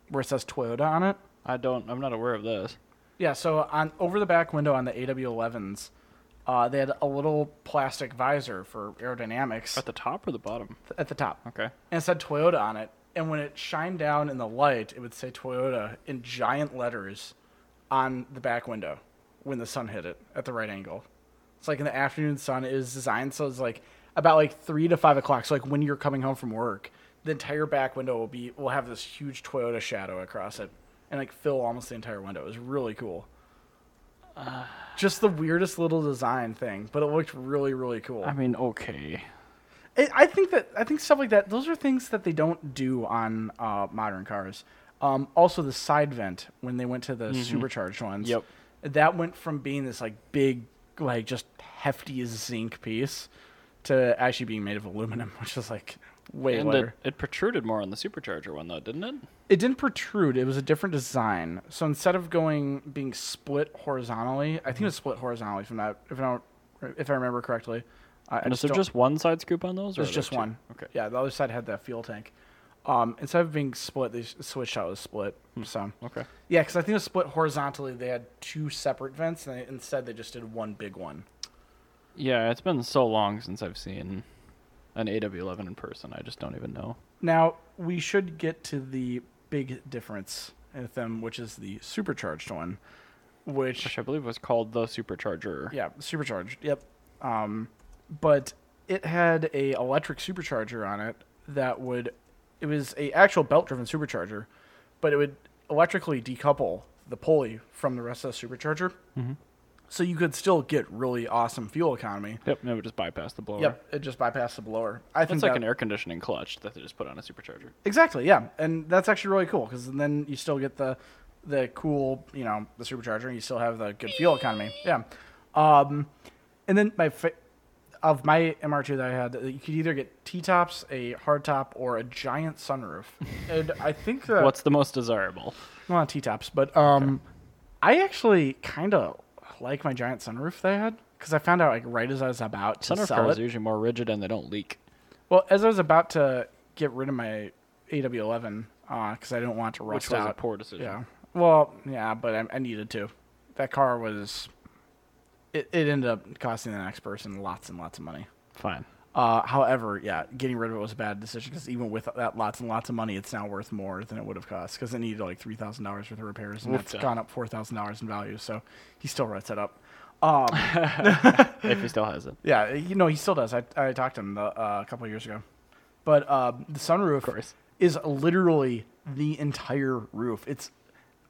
B: where it says Toyota on it.
A: I don't. I'm not aware of this.
B: Yeah, so on over the back window on the AW11s, uh, they had a little plastic visor for aerodynamics
A: At the top or the bottom?
B: at the top,
A: Okay.
B: and it said Toyota on it. And when it shined down in the light, it would say Toyota in giant letters on the back window when the sun hit it at the right angle. It's like in the afternoon sun it was designed so it's like about like three to five o'clock. So like when you're coming home from work, the entire back window will be will have this huge Toyota shadow across it and like fill almost the entire window. It was really cool. Just the weirdest little design thing, but it looked really, really cool.
A: I mean, okay.
B: I I think that I think stuff like that. Those are things that they don't do on uh, modern cars. Um, also, the side vent when they went to the supercharged ones.
A: Mm-hmm. Yep.
B: That went from being this like big, like just hefty zinc piece, to actually being made of aluminum, which is like way
A: And it,
B: lighter.
A: it protruded more on the supercharger one though, didn't it?
B: It didn't protrude. It was a different design. So instead of going being split horizontally, I think it was split horizontally. If I'm not, if I don't, if I remember correctly. I, I
A: And is there
B: don't-
A: just one side scoop on those? Or
B: There's
A: are there
B: just
A: two?
B: one.
A: Okay.
B: Yeah, the other side had that fuel tank. Um, instead of being split, they s- switched out with split. So
A: Okay.
B: yeah, because I think it was split horizontally. They had two separate vents, and they, instead they just did one big one.
A: Yeah, it's been so long since I've seen an AW11 in person. I just don't even know.
B: Now, we should get to the big difference with them, which is the supercharged one,
A: Which
B: which,
A: I believe was called the Supercharger.
B: yeah, supercharged, yep. Um, but it had a electric supercharger on it that would, it was a actual belt-driven supercharger, but it would electrically decouple the pulley from the rest of the supercharger.
A: Mhm.
B: So you could still get really awesome fuel economy.
A: Yep, and it would just bypass the blower.
B: Yep, it just bypassed the blower. I think
A: That's like
B: that-
A: an air conditioning clutch that they just put on a supercharger.
B: Exactly, yeah, and that's actually really cool because then you still get the the cool, you know, the supercharger, and you still have the good fuel economy. Yeah, um, and then my fa- of my MR2 that I had, you could either get T tops, a hard top, or a giant sunroof. and I think that
A: What's the most desirable?
B: not T tops, but um, I actually kind of like my giant sunroof that I had because I found out like right as I was about to
A: Sunroof
B: sell
A: cars
B: it.
A: are usually more rigid and they don't leak.
B: Well, as I was about to get rid of my AW11 because uh, I didn't want to rust
A: Which was
B: out.
A: a poor decision.
B: Yeah. Well, yeah, but I, I needed to. That car was. It, it ended up costing the next person lots and lots of money.
A: Fine.
B: Uh, however, yeah, getting rid of it was a bad decision because even with that lots and lots of money, it's now worth more than it would have cost because it needed like three thousand dollars worth of repairs, and
A: Oof,
B: that's
A: yeah.
B: gone up four thousand dollars in value. So he still writes it up. Um,
A: if he still has it.
B: yeah, you know he still does. I I talked to him the, uh, a couple of years ago, but uh, the sunroof
A: course.
B: is literally the entire roof. It's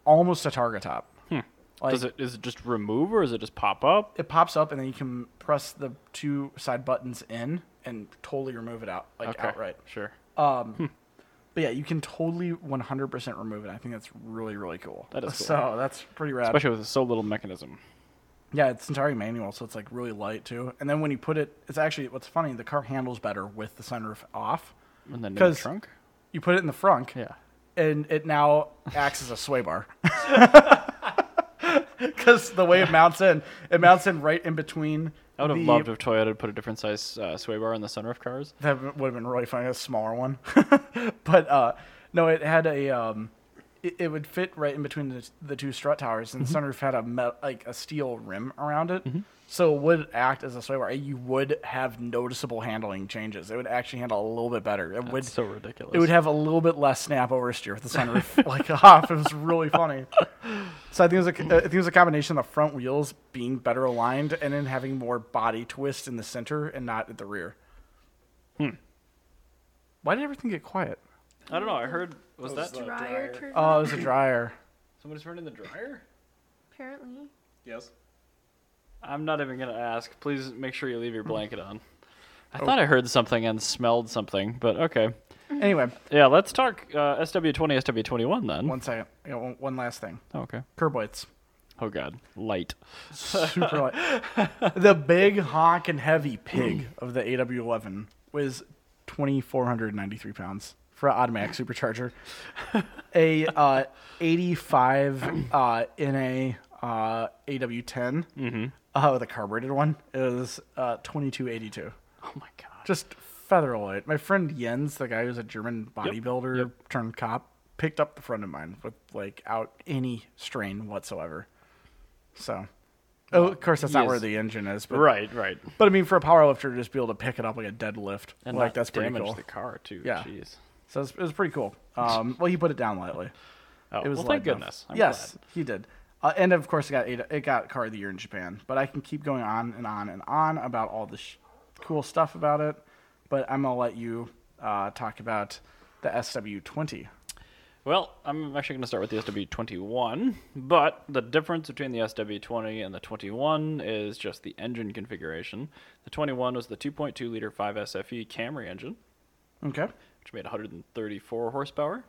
B: almost a target top.
A: Hmm.
B: Like,
A: Does it is it just remove or is it just pop up?
B: it pops up and then you can press the two side buttons in and totally remove it out like outright. Um,
A: Sure.
B: But yeah, you can totally 100% remove it. I think that's really really cool.
A: That is cool.
B: So that's pretty rad.
A: Especially with so little mechanism.
B: Yeah, it's entirely manual, so it's like really light too. And then when you put it, it's actually what's funny. The car handles better with the sunroof off.
A: And then in the
B: 'Cause-
A: trunk?
B: You put it in the front,
A: Yeah.
B: and it now acts as a sway bar. Because the way it mounts in, it mounts in right in between.
A: I would have
B: the-
A: loved if Toyota had put a different size uh, sway bar on the sunroof cars.
B: That would have been really funny, a smaller one. but uh, no, it had a. Um, it, it would fit right in between the, the two strut towers, and
A: Mm-hmm.
B: sunroof had a me- like a steel rim around it, so it would act as a sway bar. You would have noticeable handling changes. It would actually handle a little bit better. It would
A: It's so ridiculous.
B: it would have a little bit less snap oversteer with the sunroof like off. It was really funny. So I think it was a, I think it was a combination of the front wheels being better aligned and then having more body twist in the center and not at the rear. Hmm. Why did everything get quiet?
A: I don't know. I heard was uh, that
D: the-
C: dryer
D: dryer.
C: turned
B: Oh, it
C: on,
B: was a dryer.
A: somebody's running the dryer?
C: apparently.
D: Yes.
A: I'm not even gonna ask. Please make sure you leave your blanket on. I
B: Oh.
A: thought I heard something and smelled something, but okay.
B: Anyway,
A: Yeah, let's talk uh, SW20, SW21 then.
B: one second. You know, one, one last thing.
A: Oh, okay.
B: Curb lights.
A: Oh god, light.
B: Super light. The big honk and heavy pig of the AW11 was 2,493 pounds for an automatic supercharger. A uh, 85 uh, NA uh, AW10 uh, with a carbureted one is uh, 2282.
A: Oh my god.
B: Just feather light. My friend Jens, the guy who's a German bodybuilder turned cop, picked up the front of mine with like out any strain whatsoever. So, oh, of course, that's
A: he
B: not where
A: is-
B: the engine is, but
A: Right, right.
B: But I mean, for a powerlifter to just be able to pick it up like a deadlift,
A: And
B: like
A: not
B: that's pretty
A: damage
B: cool.
A: the car too.
B: Yeah.
A: Jeez.
B: So it was, it was pretty cool. Um, well, he put it down lightly.
A: Oh,
B: It was
A: well, thank
B: light enough.
A: goodness. I'm
B: yes, he did. Uh, and of course, it got it, it got car of the year in Japan. But I can keep going on and on and on about all the sh- cool stuff about it. But I'm gonna let you uh, talk about the SW20.
A: Well, I'm actually going to start with the SW21, but the difference between the SW20 and the 21 is just the engine configuration. The 21 was the 2.2 liter 5SFE E Camry engine,
B: Okay.
A: which made 134 horsepower,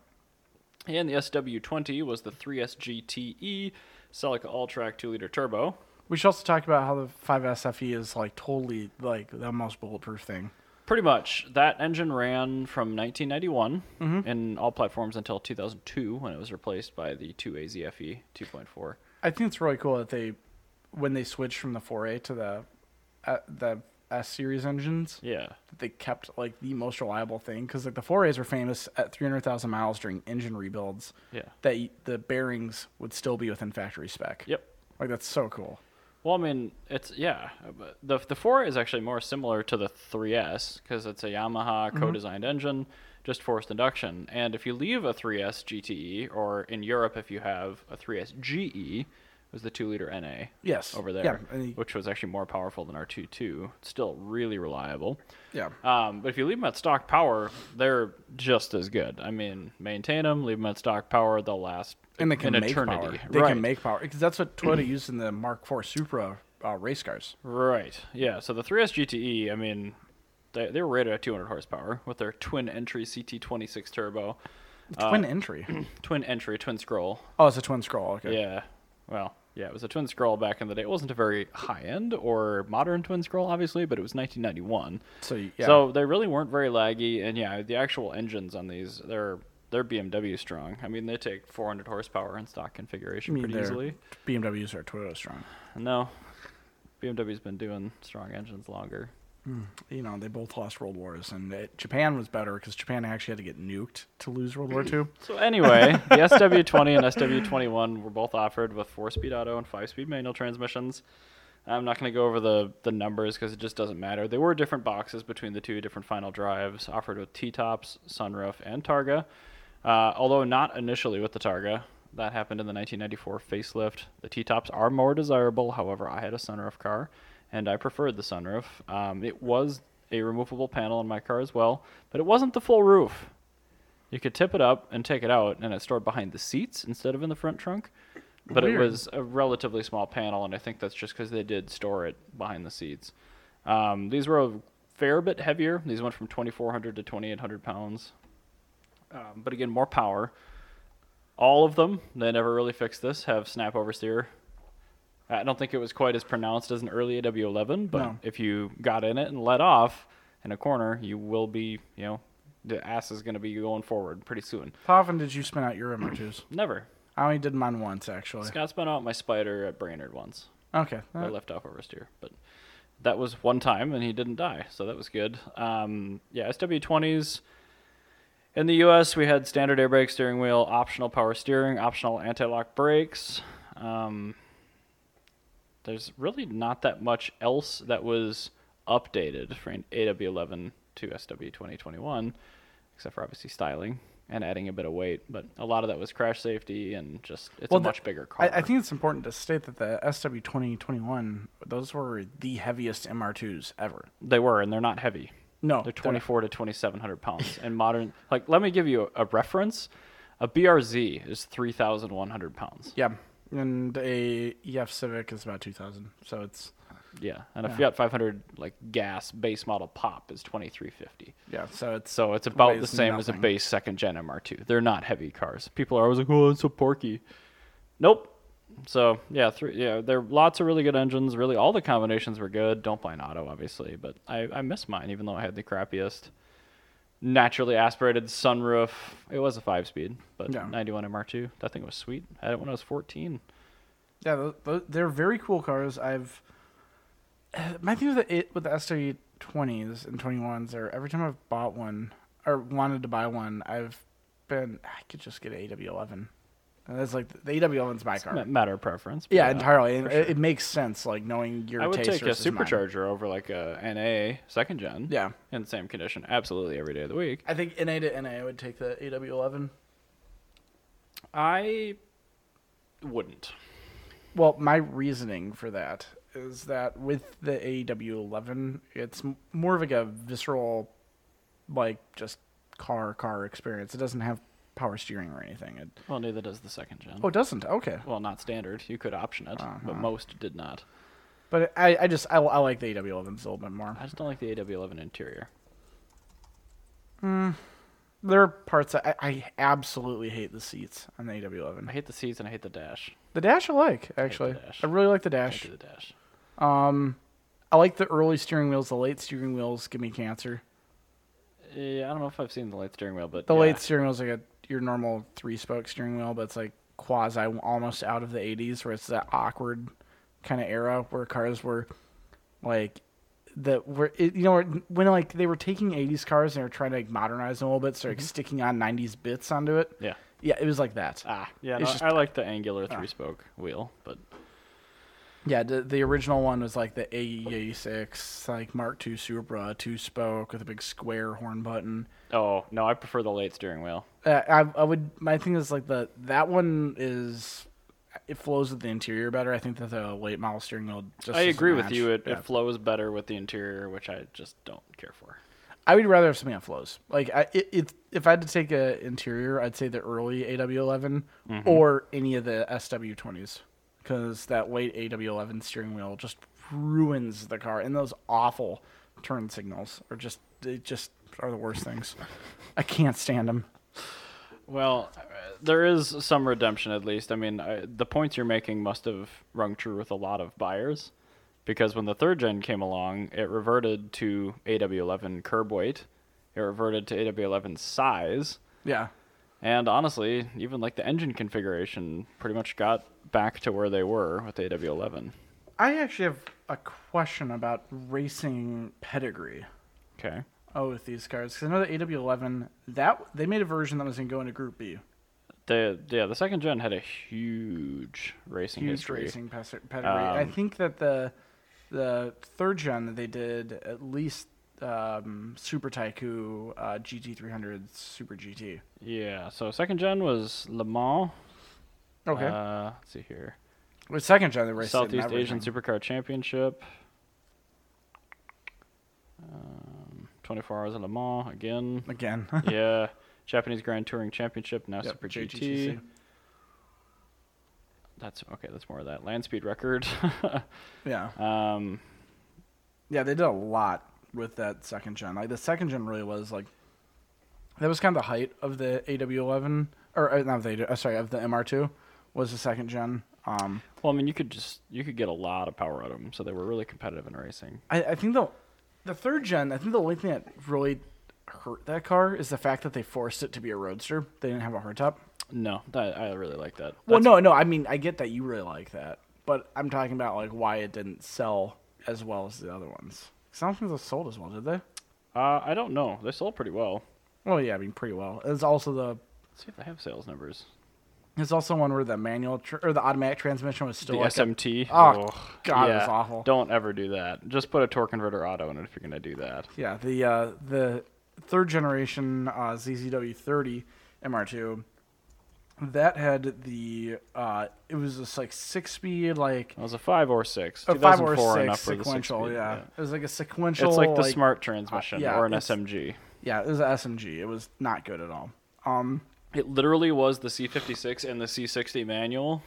A: and the SW20 was the 3SGTE E Celica All-Track 2 liter turbo.
B: We should also talk about how the 5SFE E is like totally like the most bulletproof thing.
A: Pretty much, that engine ran from 1991 in all platforms until 2002 when it was replaced by the 2AZFE 2.4.
B: I think it's really cool that they, when they switched from the 4A to the, uh, the S series engines,
A: Yeah.
B: that they kept like the most reliable thing because like the 4As were famous at 300,000 miles during engine rebuilds.
A: Yeah.
B: That y- the bearings would still be within factory spec.
A: Yep.
B: Like that's so cool.
A: Well, I mean, it's yeah. but The the four is actually more similar to the 3S because it's a Yamaha
B: Mm-hmm.
A: co-designed engine, just forced induction. And if you leave a 3S GTE, E, or in Europe if you have a 3S GE, E, it was the two liter NA.
B: Yes.
A: Over
B: Yeah,
A: there,
B: and you-
A: which was actually more powerful than our 2.2. Still really reliable.
B: Yeah.
A: Um, but if you leave them at stock power, they're just as good. I mean, maintain them, leave them at stock power, they'll last
B: And they can
A: an
B: make
A: eternity.
B: power. They
A: right.
B: can make power because that's what Toyota used in the Mark IV Supra uh, race cars.
A: Right. Yeah. So the 3S GTE, E, I mean, they, they were rated at 200 horsepower with their twin entry CT26 turbo, Uh,
B: Twin entry.
A: twin entry, twin scroll.
B: Oh, it's a twin scroll. Okay.
A: Yeah. Well, yeah, it was a twin scroll back in the day. It wasn't a very high end or modern twin scroll, obviously, but it was 1991.
B: So yeah.
A: So they really weren't very laggy, and yeah, the actual engines on these, they're they're BMW strong. I mean, they take 400 horsepower in stock
B: I
A: configuration
B: mean,
A: pretty
B: they're-
A: easily.
B: BMWs are Toyota strong.
A: No, BMW's been doing strong engines longer.
B: You know, they both lost World Wars, and it, Japan was better because Japan actually had to get nuked to lose World War II.
A: So anyway, the SW20 and SW21 were both offered with four-speed auto and five-speed manual transmissions. I'm not going to go over the the numbers because it just doesn't matter. They were different boxes between the two different final drives, offered with T-tops, sunroof, and Targa. Uh, although not initially with the Targa, that happened in the 1994 facelift. The T-tops are more desirable. However, I had a sunroof car, and I preferred the sunroof. Um, it was a removable panel in my car as well, but it wasn't the full roof. You could tip it up and take it out, and it's stored behind the seats instead of in the front trunk. But
B: Weird.
A: it was a relatively small panel, and I think that's just because they did store it behind the seats. Um, these were a fair bit heavier. These went from 2,400 to 2,800 pounds. Um, but again, more power. All of them, they never really fixed this, have snap oversteer. I don't think it was quite as pronounced as an early AW11, but
B: No.
A: if you got in it and let off in a corner, you will be, you know, the ass is going to be going forward pretty soon.
B: How often did you spin out your MR2s?
A: Never.
B: I only did mine once, actually.
A: Scott spun out my spider at Brainerd once.
B: Okay. Uh,
A: I left off oversteer, but that was one time and he didn't die, so that was good. Um, yeah, SW20s. In the U.S., we had standard air brake steering wheel, optional power steering, optional anti-lock brakes. Um, there's really not that much else that was updated for an AW11 to SW2021, except for obviously styling and adding a bit of weight. But a lot of that was crash safety and just it's
B: Well,
A: a
B: the-
A: much bigger car.
B: I, I think it's important to state that the SW2021, those were the heaviest MR2s ever.
A: They were, and they're not heavy.
B: No,
A: they're
B: they're not.
A: 24 to 2700 pounds. and modern, like, let me give you a, a reference. A BRZ is 3,100 pounds.
B: Yeah. And a EF Civic is about 2,000. So it's,
A: Yeah, and a Fiat 500 like gas base model pop is 2,350.
B: yeah, so it's,
A: So it's about the
B: Weighs
A: same as a
B: nothing.
A: base second gen MR2. They're not heavy cars. People are always like, "Oh, it's so porky." Nope. So yeah, three, yeah, there are lots of really good engines. Really, all the combinations were good. Don't buy an auto, obviously, but I, I miss mine, even though I had the crappiest naturally aspirated sunroof. It was a five speed, but
B: Yeah.
A: 91 MR2. That thing was sweet. I had it when I was 14.
B: yeah, tho- tho- they're very cool cars. I've, my thing with the, it, with the SW20s and 21s are every time I've bought one or wanted to buy one, I've been, I could just get an AW11. And that's like, the AW11's my car.
A: Ma- Matter of preference. but uh,
B: Yeah, entirely. And it, it makes sense, like knowing your
A: I would
B: taste
A: take a
B: versus mine.
A: supercharger over like a NA second gen.
B: Yeah.
A: In the same condition, absolutely every day of the week.
B: I think NA to NA, I would take the AW11.
A: I wouldn't.
B: Well, my reasoning for that is that with the AW11, it's m- more of like a visceral, like just car car experience. It doesn't have power steering or anything. It,
A: Well, neither does the second gen.
B: oh, Uh-huh. it doesn't. Okay,
A: Well, not standard. You could option it, but most did not.
B: but I, I just I, I like the AW11s a little bit more.
A: I just don't like the AW11 interior.
B: There are parts that I, I absolutely hate the seats on the
A: I
B: AW11.
A: hate the seats and I hate the dash.
B: The dash I like actually. I,
A: dash.
B: really like the
A: I
B: dash.
A: hate the dash.
B: Um, I like the early steering wheels. The late steering wheels give me cancer.
A: Yeah, I don't know if I've seen the late steering wheel, but
B: The
A: yeah.
B: late steering wheel is like a, your normal three spoke steering wheel, but it's like quasi almost out of the 80s, where it's that awkward kind of era where cars were like that were it, you know where- when like they were taking 80s cars and they were trying to like modernize them a little bit, so like sticking on 90s bits onto it.
A: Mm-hmm. Yeah.
B: Yeah, it was like that.
A: Ah, yeah. no,
B: It's just-
A: I like the angular three-spoke wheel, but
B: Yeah, the, the original one was like the AE86, like Mark II Supra, two spoke with a big square horn button.
A: Oh no, I prefer the late steering wheel.
B: Uh, I, I would. My thing is like the that one is it flows with the interior better. I think that the late model steering wheel. just
A: I
B: doesn't
A: agree with
B: match.
A: you. It,
B: Yeah.
A: it flows better with the interior, which I just don't care for.
B: I would rather have something that flows. Like I, it, it, if I had to take a interior, I'd say the early AW11
A: Mm-hmm.
B: or any of the SW20s, because that late AW11 steering wheel just ruins the car, and those awful turn signals are just they just are the worst things. I can't stand them.
A: Well, uh, there is some redemption at least. I mean, I, the points you're making must have rung true with a lot of buyers because when the third gen came along, it reverted to AW11 curb weight, it reverted to AW11 size,
B: Yeah,
A: and honestly, even like the engine configuration pretty much got back to where they were with AW11.
B: I actually have a question about racing pedigree.
A: Okay.
B: Oh, with these cars, because I know the AW11 that they made a version that was going to go into Group B,
A: The yeah, the second gen had a huge racing
B: huge
A: history.
B: racing pes- pedigree. I
A: Um,
B: think that the the third gen that they did at least um, Super Tycoon uh, GT300 Super GT.
A: Yeah, so second gen was Le Mans.
B: Okay,
A: Uh, let's see here.
B: with second gen they raced it in
A: Southeast Asian
B: everything.
A: Supercar Championship. Um, 24 Hours of Le Mans again.
B: again.
A: yeah. Japanese Grand Touring Championship, now
B: Yep,
A: Super GT.
B: JGTC.
A: That's okay, that's more of that. Land speed record.
B: Yeah,
A: um,
B: yeah, they did a lot with that second gen. Like the second gen really was like that was kind of the height of the AW11 or uh, not the AW, uh, sorry of the MR2 was the second gen. Um,
A: well, I mean, you could just you could get a lot of power out of them, so they were really competitive in racing.
B: I, I think the the third gen. I think the only thing that really hurt that car is the fact that they forced it to be a roadster. They didn't have a hardtop.
A: No, that, I really like that.
B: Well,
A: That's-
B: no, no. I mean, I get that you really like that, but I'm talking about like why it didn't sell as well as the other ones. 'Cause I don't think those sold as well, did they?
A: uh, I don't know. They sold pretty well.
B: Well, Oh, yeah, I mean, pretty well. It's also the
A: Let's see if they have sales numbers.
B: it's also one where the manual tr- or the automatic transmission was still
A: the
B: like a-
A: SMT.
B: Oh, God, it was awful.
A: Don't ever do that. Just put a torque converter auto in it if you're gonna do that.
B: Yeah, the uh, the third generation uh, ZZW30 MR2 that had the uh, it was this like six speed like
A: It was a five or six.
B: a five or
A: 2004 and
B: six
A: up were the
B: sequential.
A: six-speed,
B: yeah. it was like a sequential.
A: it's like the smart transmission
B: yeah,
A: or an
B: it's-
A: SMG.
B: Yeah, it was an SMG. It was not good at all. Um,
A: It literally was the C56 and the C60 manual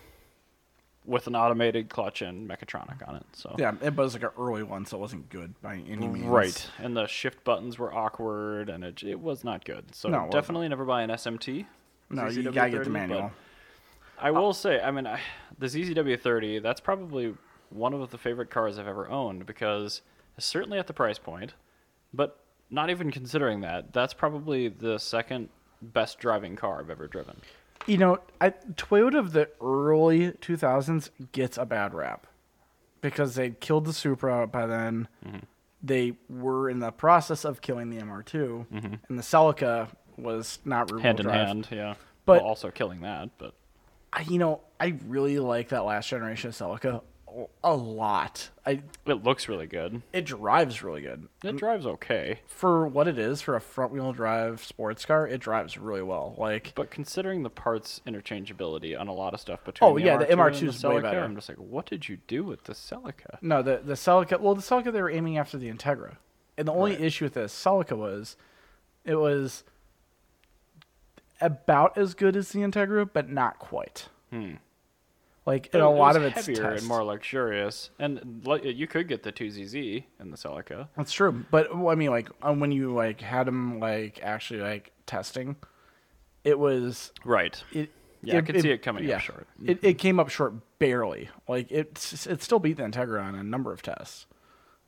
A: with an automated clutch and mechatronic on it. So
B: yeah, it was like an early one, so it wasn't good by any means.
A: Right, and the shift buttons were awkward, and it, it was not good. So
B: No, it wasn't.
A: definitely never buy an SMT.
B: No, you
A: ZZW30,
B: gotta get the
A: but
B: manual. Uh,
A: I will say, I mean, I, the ZZW30, that's probably one of the favorite cars I've ever owned because certainly at the price point, but not even considering that, that's probably the second best driving car I've ever driven.
B: You know, I, Toyota of the early 2000s gets a bad rap because they killed the Supra by then.
A: Mm-hmm.
B: They were in the process of killing the MR2, and the Celica was not rear-wheel
A: Mm-hmm. Hand in
B: drive.
A: hand, yeah.
B: But-
A: Well, also killing that, but
B: I, you know, I really like that last generation of Celica a- a lot. I
A: it looks really good.
B: it drives really good
A: It drives okay,
B: for what it is for a front-wheel drive sports car. It drives really well. Like
A: but considering the parts interchangeability on a lot of stuff between
B: Oh, yeah, the
A: MR2
B: MR2
A: and
B: is way
A: Celica,
B: better.
A: I'm just like, what did you do with the Celica?
B: No, the the Celica. Well, the Celica they were aiming after the Integra, and the only
A: Right.
B: issue with the Celica was, it was about as good as the Integra, but not quite. Like in
A: It-
B: a
A: Hmm. it
B: lot
A: was
B: of its
A: heavier
B: tests.
A: and more luxurious, and like, you could get the 2ZZ in the Celica.
B: That's true, but well, I mean, like um, when you like had them like actually like testing, it was
A: Right.
B: it.
A: Yeah, I could see it coming up short. Mm-hmm.
B: It, it came up short barely. Like it's it still beat the Integra on a number of tests.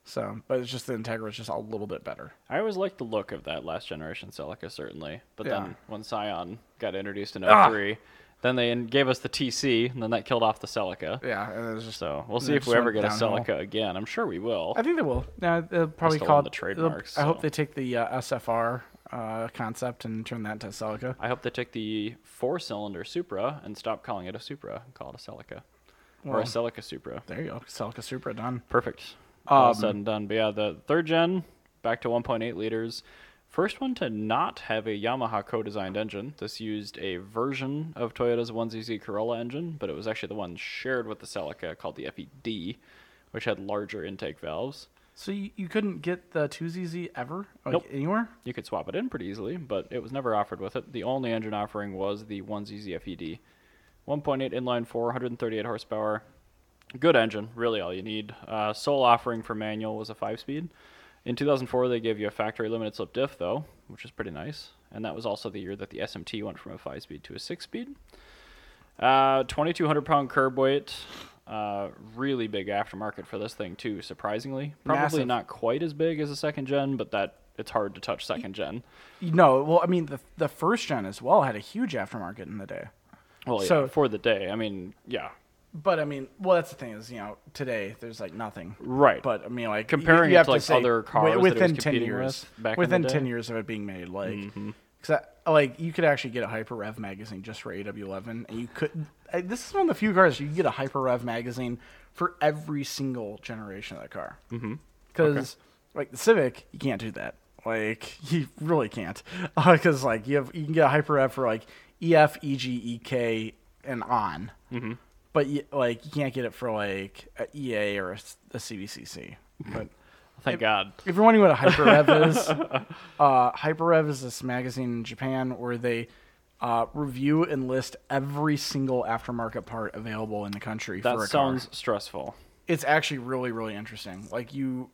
B: So, but it's just the Integra was just a little bit better.
A: I always liked the look of that last generation Celica, certainly. But
B: Yeah.
A: then when Scion got introduced in 03, then they in- gave us the TC, and then that killed off the Celica.
B: Yeah, and it was just
A: So we'll
B: And
A: see
B: it
A: if we
B: just
A: ever
B: went
A: get a
B: downhill.
A: Celica again. I'm sure we will.
B: I think they will. Yeah, they'll probably
A: still
B: call
A: own
B: it
A: the trademarks,
B: they'll- I hope
A: so.
B: they take the uh, SFR uh, concept and turn that into Celica.
A: I hope they take the four cylinder Supra and stop calling it a Supra and call it a Celica. or a
B: Well-
A: Celica Supra.
B: There you go. Celica Supra done.
A: Perfect. All
B: Um,
A: said and done. But yeah, the third gen back to 1.8 liters. First one to not have a Yamaha co-designed engine. This used a version of Toyota's 1ZZ Corolla engine, but it was actually the one shared with the Celica called the FED, which had larger intake valves.
B: So you, you couldn't get the 2ZZ ever? Like
A: Nope.
B: Anywhere?
A: You could swap it in pretty easily, but it was never offered with it. The only engine offering was the 1ZZ FED. 1.8 inline 4, 138 horsepower. Good engine, really all you need. Uh, sole offering for manual was a 5 speed. In 2004, they gave you a factory limited slip diff, though, which is pretty nice. And that was also the year that the SMT went from a 5 speed to a 6 speed. Uh, 2,200 pound curb weight. Uh, really big aftermarket for this thing too. Surprisingly, probably
B: Massive.
A: not quite as big as a second gen, but that it's hard to touch second gen.
B: No. Well, I mean, the, the first gen as well had a huge aftermarket in the day.
A: Well, yeah,
B: So-
A: for the day. I mean, yeah,
B: But I mean, well, that's the thing is, you know, today there's like nothing.
A: right.
B: But I mean, like
A: Comparing
B: you, you
A: it
B: have
A: to, like,
B: say
A: other
B: wi-
A: cars that it was
B: within ten
A: competing
B: years,
A: with back in the
B: within
A: day.
B: ten years of it being made, like, cause I, like you could actually get a Hyper Rev magazine just for AW11, and you could. I, this is one of the few cars you can get a Hyper Rev magazine for every single generation of that car. Because like the Civic, you can't do that. Like you really can't, because like you have you can get a Hyper Rev for like E EF, EG, EK, and on. Mm-hmm but you, like you can't get it for like a EA or a, s- a CVCC. But
A: thank God.
B: if you're wondering what a hyperrev is, uh, hyperrev is this magazine in Japan where they uh, review and list every single aftermarket part available in the country for
A: That
B: a
A: sounds
B: car.
A: stressful.
B: It's actually really really interesting. Like you,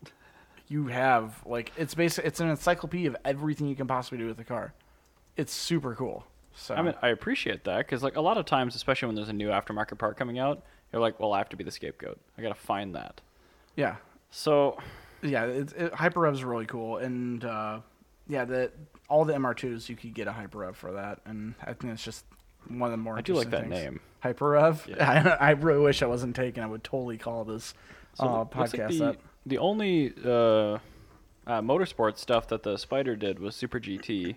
B: you have like it's basically it's an encyclopedia of everything you can possibly do with the car. It's super cool. So
A: I mean, I appreciate that because, like, a lot of times, especially when there's a new aftermarket part coming out, you're like, well, I have to be the scapegoat. I got to find that.
B: yeah,
A: So,
B: yeah, it's it, hyperrev's really cool, and uh, yeah, the all the MR2s you could get a hyperrev for that, and I think it's just one of the more.
A: I do like
B: interesting
A: that
B: things.
A: name.
B: hyperrev. I, I really wish I wasn't taken. I would totally call this
A: so
B: uh,
A: it looks like
B: podcast
A: the,
B: up.
A: the only uh, uh, motorsport stuff that the Spider did was Super GT,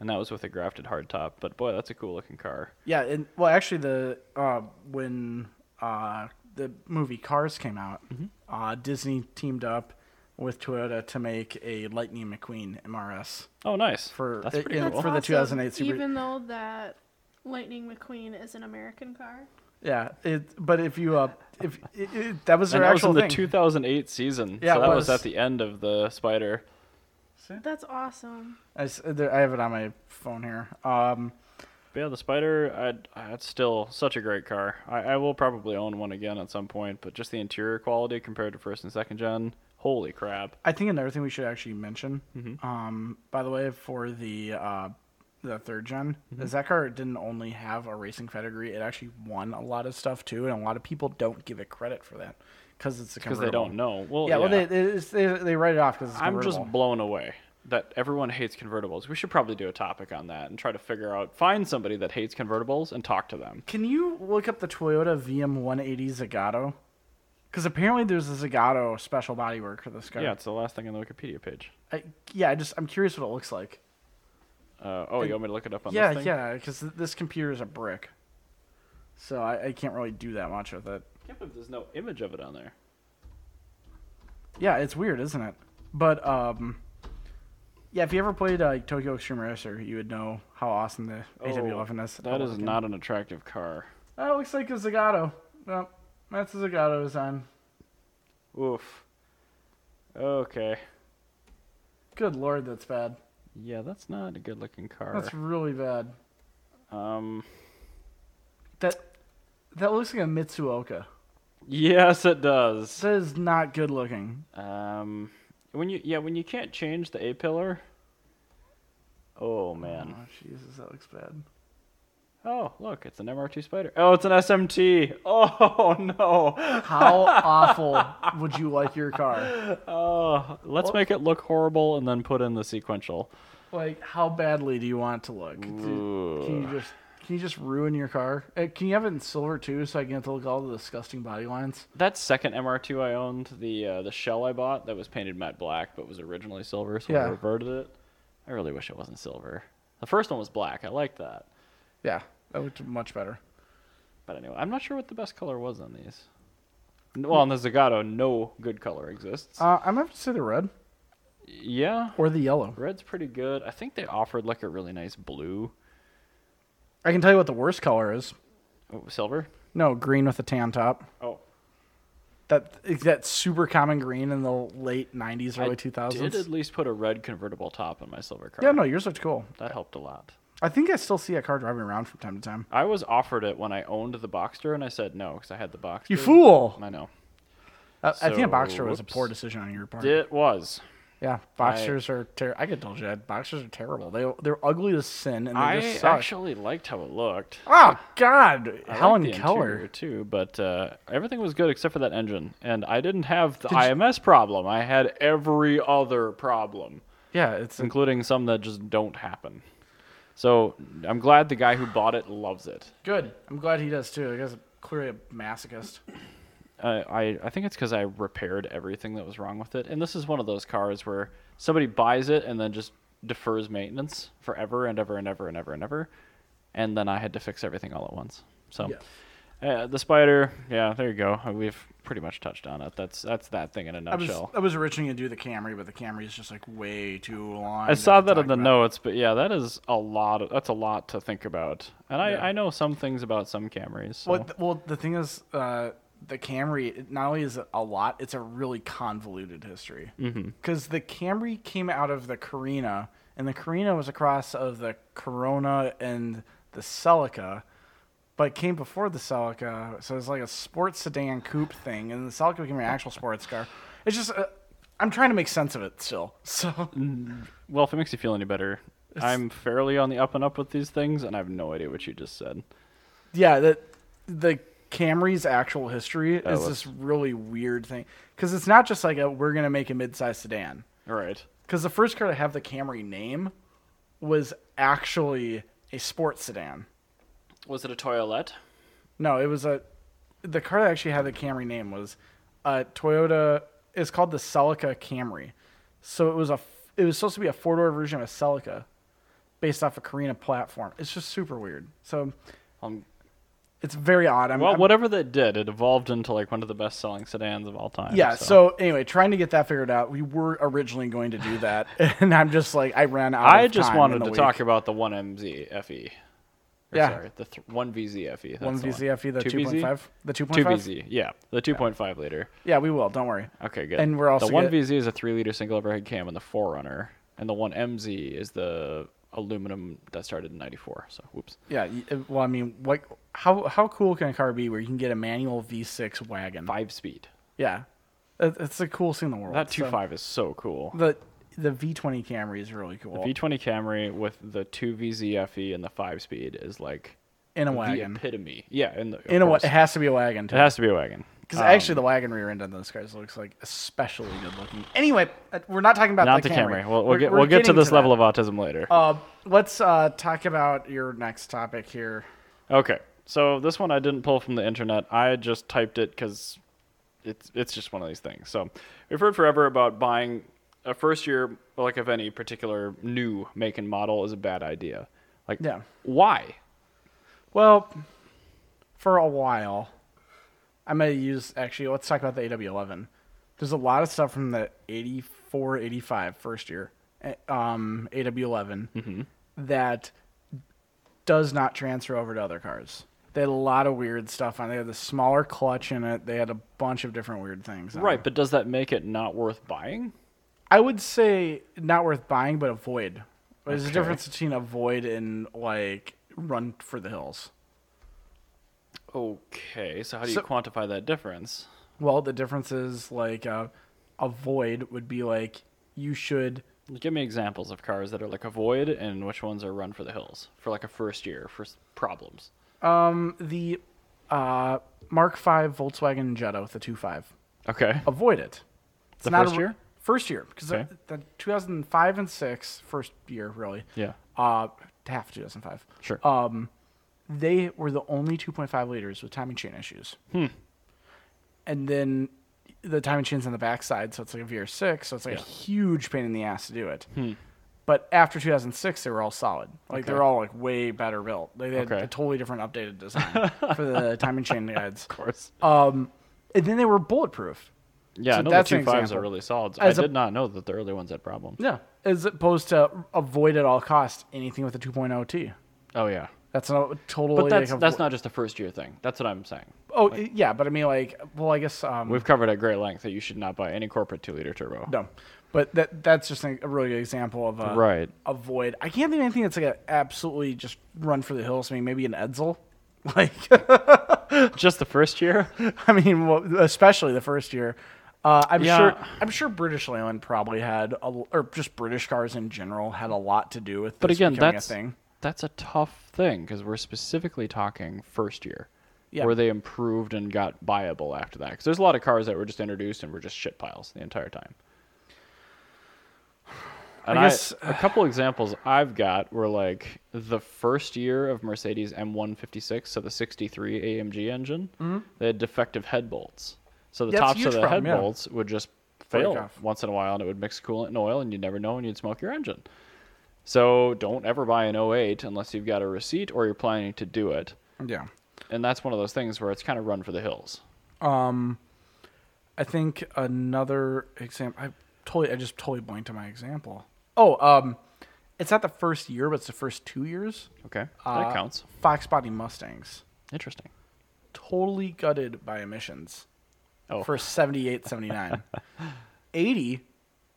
A: and that was with a grafted hardtop. But boy, that's a cool looking car.
B: Yeah, and well, actually, the uh, when uh, the movie Cars came out,
A: Mm-hmm.
B: uh, Disney teamed up with Toyota to make a Lightning McQueen MRS
A: Oh, nice.
B: For-
A: that's
B: it-
A: pretty
B: yeah,
A: cool.
B: for the
C: awesome,
B: 2008 Super-
C: Even though that Lightning McQueen is an American car.
B: Yeah, it. But if you uh, if it, it, that was their
A: and that was
B: actual
A: in the
B: thing.
A: 2008 season.
B: Yeah,
A: so
B: it
A: that was.
B: was.
A: at the end of the Spider.
C: That's awesome.
B: I, s- there- I have it on my phone here. Um,
A: But yeah, the Spider, I'd, that's still such a great car. I, I will probably own one again at some point, but just the interior quality compared to first and second gen, holy crap.
B: I think another thing we should actually mention,
A: Mm-hmm.
B: um, by the way, for the uh, the third general
A: Mm-hmm.
B: is that car didn't only have a racing category; it actually won a lot of stuff too, and a lot of people don't give it credit for that because it's a
A: Because
B: convertible.
A: they don't know. Well,
B: Yeah, well, they, they, it's- they they write it off because it's
A: I'm just
B: convertible.
A: blown away that everyone hates convertibles. We should probably do a topic on that and try to figure out, find somebody that hates convertibles and talk to them.
B: Can you look up the Toyota VM180 Zagato? Because apparently there's a Zagato special bodywork for this car.
A: Yeah, it's the last thing on the Wikipedia page.
B: I, yeah. I just I'm curious what it looks like.
A: Uh, oh, you want me to look it up on
B: yeah,
A: this thing?
B: yeah, because th- this computer is a brick, so I, I can't really do that much with it.
A: can't believe there's no image of it on there.
B: Yeah, it's weird, isn't it? But um, yeah, if you ever played uh, Tokyo Extreme Racer, you would know how awesome the AW11 is.
A: Oh, That is not an attractive car.
B: That looks like a Zagato. Well, that's a Zagato design.
A: Oof. Okay.
B: Good lord, that's bad.
A: Yeah, that's not a good looking car.
B: That's really bad.
A: Um.
B: That that looks like a Mitsuoka.
A: Yes, it does.
B: That is not good looking.
A: Um. When you yeah when you can't change the A pillar. Oh man.
B: Oh, Jesus, that looks bad.
A: Oh look, it's an MR2 Spider. Oh, it's an SMT. Oh no.
B: How awful would you like your car?
A: Oh, let's make it look horrible and then put in the sequential.
B: Like, how badly do you want it to look? Do- Can you just can you just ruin your car? Uh, Can you have it in silver too, so I can get to look at all the disgusting body lines?
A: That second MR2 I owned, the uh, the shell I bought that was painted matte black but was originally silver, so I
B: Yeah.
A: reverted it. I really wish it wasn't silver. The first one was black. I liked that.
B: Yeah, that looked much better.
A: But anyway, I'm not sure what the best color was on these. N- Well, on the Zagato, no good color exists.
B: Uh, I'm gonna have to say the red
A: yeah,
B: or the yellow.
A: red's pretty good. I think they offered like a really nice blue,
B: I can tell you what the worst color is.
A: oh, silver.
B: No, green with a tan top.
A: Oh,
B: That that super common green in the late '90s, early
A: I
B: 2000s.
A: did at least put a red convertible top on my silver car.
B: yeah, no, yours looked cool.
A: that helped a lot.
B: I think I still see that car driving around from time to time.
A: I was offered it when I owned the Boxster, and I said no because I had the Boxster.
B: You fool!
A: I know
B: I, I think a
A: So,
B: Boxster was a
A: whoops.
B: poor decision on your part.
A: it was.
B: Yeah, Boxsters are terrible. I could tell you that Boxsters are terrible. They they're ugly as sin, and they
A: I
B: just suck.
A: actually liked how it looked.
B: oh God,
A: I
B: Helen
A: liked the interior,
B: Keller.
A: too, but uh, everything was good except for that engine, and I didn't have the IMS problem. I had every other problem,
B: Yeah, it's
A: including some that just don't happen. So I'm glad the guy who bought it loves it.
B: good. I'm glad he does too. He guy's clearly a masochist.
A: Uh, I I think it's because I repaired everything that was wrong with it, and this is one of those cars where somebody buys it and then just defers maintenance forever and ever and ever and ever and ever, and then I had to fix everything all at once. So, uh, the spider, yeah, there you go. Uh, We've pretty much touched on it. That's that's that thing in a
B: I was
A: nutshell.
B: I was originally gonna do the Camry, but the Camry is just like way too long.
A: I saw
B: to
A: that
B: talk
A: in the
B: about.
A: notes, but yeah, that is a lot. Of, that's a lot to think about, and I, I know some things about some Camrys. So.
B: Well, th- well, the thing is, uh, the Camry it- not only is it a lot, it's a really convoluted history. Because the Camry came out of the Carina, and the Carina was a cross of the Corona and the Celica, but it came before the Celica, so it's like a sports sedan coupe thing, and the Celica became an actual sports car. It's just, uh, I'm trying to make sense of it still. So
A: Well, if it makes you feel any better, I'm fairly on the up and up with these things, and I have no idea what you just said.
B: yeah, the the Camry's actual history is
A: let's-
B: this really weird thing because it's not just like a we're gonna make a midsize sedan.
A: All right.
B: Because the first car to have the Camry name was actually a sports sedan.
A: Was it a toilet?
B: No, it was a the car that actually had the Camry name was a Toyota. It's called the Celica Camry. So it was a f- it was supposed to be a four door version of a Celica, based off a Carina platform. It's just super weird. So
A: Um,
B: it's very odd. I'm,
A: well,
B: I'm-
A: whatever that did, it evolved into like one of the best-selling sedans of all time.
B: Yeah. So. anyway, trying to get that figured out. We were originally going to do that, and I'm just like I ran out.
A: I
B: of
A: just
B: time in
A: wanted
B: the
A: to
B: week.
A: talk about the one MZFE. E. Or,
B: Yeah.
A: Sorry, the th- one VZFE. E, that's
B: one
A: the
B: VCFE, E, the
A: 2VZ?
B: 2.5, the 2.5,
A: Two VZ. Yeah, the 2.5 liter.
B: Yeah, we will. Don't worry.
A: Okay, good.
B: And we're also
A: the one
B: get-
A: VZ is a three liter single overhead cam, and the Forerunner, and the one MZ is the aluminum that started in '94. So, whoops.
B: Yeah. y- uh, Well, I mean, what? How how cool can a car be where you can get a manual V6 wagon?
A: Five speed.
B: Yeah, It- it's the coolest thing in the world.
A: That
B: So,
A: 2.5 is so cool.
B: The the V20 Camry is really cool
A: V20 Camry with the 2VZFE E and the 5 speed is like
B: in a
A: the
B: wagon.
A: epitome. Yeah, in the, of
B: In a wa-
A: course.
B: it has to be a wagon
A: It has um, to be a wagon.
B: because actually the wagon rear end on those cars looks like especially good looking. Anyway, uh, we're not talking about
A: Not
B: the
A: the
B: Camry.
A: Camry. We'll, we'll
B: We're-
A: get
B: we're
A: we'll get to
B: getting
A: this
B: that.
A: level of autism later.
B: Uh, let's uh, talk about your next topic here.
A: okay, so this one I didn't pull from the internet. I just typed it because it's it's just one of these things. So we've heard forever about buying a first year like of any particular new make and model is a bad idea. Like
B: Yeah.
A: why?
B: Well, for a while, I'm going to use actually, let's talk about the AW11. There's a lot of stuff from the 84, 85 first year eh, um, AW11 that does not transfer over to other cars. They had a lot of weird stuff on. it. They had the smaller clutch in it. They had a bunch of different weird things. on
A: Right,
B: it.
A: but does that make it not worth buying?
B: I would say not worth buying, but avoid. There's a
A: Okay.
B: difference between avoid and like run for the hills.
A: Okay, so how do you
B: So-
A: quantify that difference?
B: Well, the difference is like uh, a void would be like you should.
A: Give me examples of cars that are like a void and which ones are run for the hills for like a first year for s- problems.
B: Um, the uh, Mark V Volkswagen Jetta with the 2.5,
A: Okay.
B: avoid it. It's
A: The first
B: a-
A: year?
B: First year, because
A: Okay.
B: the, the 2005 and 6, first year really.
A: Yeah.
B: Uh, half 2005.
A: Sure.
B: Um, they were the only 2.5 liters with timing chain issues.
A: Hmm.
B: And then the timing chain's on the backside, so it's like a VR6, so it's like a huge pain in the ass to do it. But after 2006, they were all solid. Like they
A: Hmm. Okay.
B: were all like way better built. They had
A: Okay.
B: a totally different updated design for the time and chain heads.
A: Of course.
B: Um, and then they were bulletproof.
A: yeah,
B: so
A: I know
B: that's
A: the
B: an
A: two fives are
B: example.
A: really solid.
B: As
A: I
B: a-
A: did not know that the early ones had problems.
B: Yeah, as opposed to avoid at all costs anything with a 2.0 T.
A: Oh yeah,
B: That's not totally.
A: but that's
B: like, a-
A: that's not just a first year thing. That's what I'm saying.
B: Oh yeah, but I mean like, well, I guess um,
A: We've covered at great length that you should not buy any corporate two liter turbo.
B: no, but that that's just a a really good example of uh, a,
A: Right.
B: avoid. I can't think of anything that's like a absolutely just run for the hills. I mean, maybe an Edsel. Like,
A: Just the first year.
B: I mean, well, especially the first year. Uh, I'm
A: Yeah.
B: sure. I'm sure British Leyland probably had, a, l- or just British cars in general had a lot to do with.
A: But
B: this
A: again,
B: becoming
A: that's
B: a thing.
A: that's a tough thing because we're specifically talking first year,
B: Yeah.
A: where they improved and got buyable after that. Because there's a lot of cars that were just introduced and were just shit piles the entire time. And
B: I
A: I
B: guess-
A: a couple examples I've got were like the first year of Mercedes M156, so the 63 AMG engine, they had defective head bolts. So the
B: Mm-hmm. That's a
A: tops
B: huge
A: of the
B: problem,
A: head
B: yeah.
A: bolts would just fail
B: off.
A: once in a while and it would mix coolant and oil and you'd never know and you'd smoke your engine. So don't ever buy an 08 unless you've got a receipt or you're planning to do it.
B: Yeah.
A: And that's one of those things where it's kind of run for the hills.
B: I think another example. I totally, I just totally blanked on my example. Oh, um, it's not the first year, but it's the first two years.
A: Okay.
B: Uh,
A: that counts.
B: Fox body Mustangs
A: Interesting.
B: totally gutted by emissions
A: Oh.
B: for 78, 79. 80,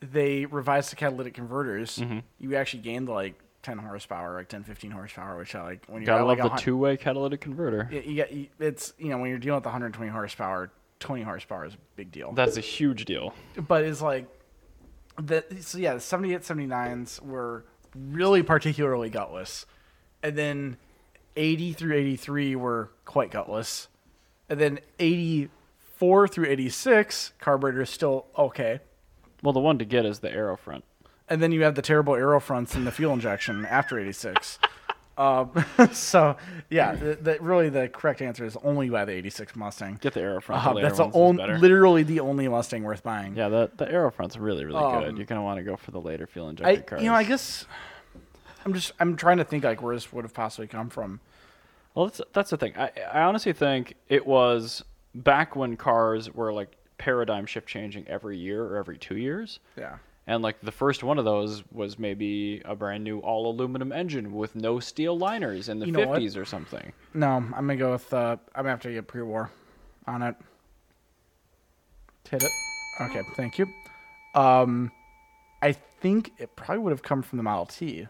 B: they revised the catalytic converters.
A: Mm-hmm.
B: You actually gained like 10 horsepower, like 10, 15 horsepower, which I like when you
A: Gotta
B: got, like
A: love
B: a
A: the
B: hun-
A: two way catalytic converter.
B: Yeah, you got- you- it's, you know, when you're dealing with 120 horsepower, 20 horsepower is a big deal.
A: That's a huge deal.
B: but it's like the so yeah the 78 79s were really particularly gutless and then 80 through 83 were quite gutless and then 84 through 86 carburetor is still okay
A: Well, the one to get is the Aerofront.
B: and then you have the terrible aero fronts and the fuel injection after 86 um, so yeah the, the, really the correct answer is only by the 86 mustang
A: Get the Aerofront.
B: Uh,
A: Uh-huh, the later
B: that's the
A: ones is
B: only,
A: better.
B: literally the only Mustang worth buying.
A: Yeah, the the Aerofront's really really
B: Um,
A: good. You're gonna want to go for the later fuel
B: I,
A: injected cars.
B: you know, I guess I'm just I'm trying to think like where this would have possibly come from.
A: Well, that's that's the thing. I I honestly think it was back when cars were like paradigm shift changing every year or every two years.
B: Yeah.
A: And like the first one of those was maybe a brand new all aluminum engine with no steel liners in the
B: You know what?
A: 50s or something.
B: No, I'm gonna go with uh, I'm gonna have to get pre-war on it. Hit it. Okay, thank you. Um, I think it probably would have come from the Model T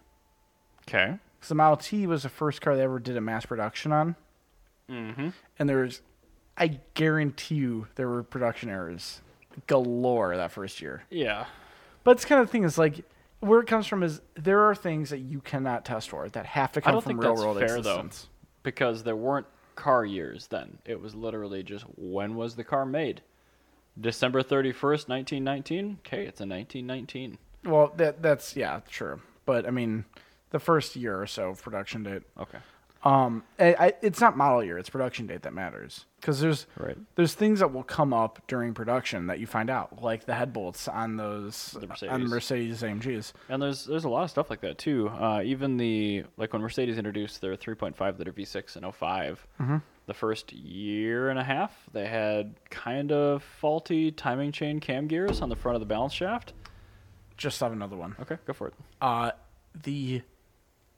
A: Okay.
B: because the Model T was the first car they ever did a mass production on,
A: Mm-hmm.
B: and there was, I guarantee you, there were production errors galore that first year.
A: Yeah.
B: But it's kind of the thing is like where it comes from is there are things that you cannot test for that have to
A: I
B: come
A: don't
B: from
A: think
B: real
A: that's
B: world
A: fair
B: existence.
A: though, because there weren't car years then. It was literally just when was the car made? December 31st, 1919. Okay, it's a 1919.
B: Well, that that's yeah, sure. But I mean, the first year or so of production date.
A: Okay.
B: Um, I, I, it's not model year; it's production date that matters because there's
A: Right.
B: there's things that will come up during production that you find out, like the head bolts on those on
A: Mercedes.
B: Mercedes AMGs.
A: And there's there's a lot of stuff like that too. Uh, even the like when Mercedes introduced their 3.5 liter V6 in 5 oh the first year and a half they had kind of faulty timing chain cam gears on the front of the balance shaft.
B: Just have another one.
A: Okay, go for it.
B: Uh, the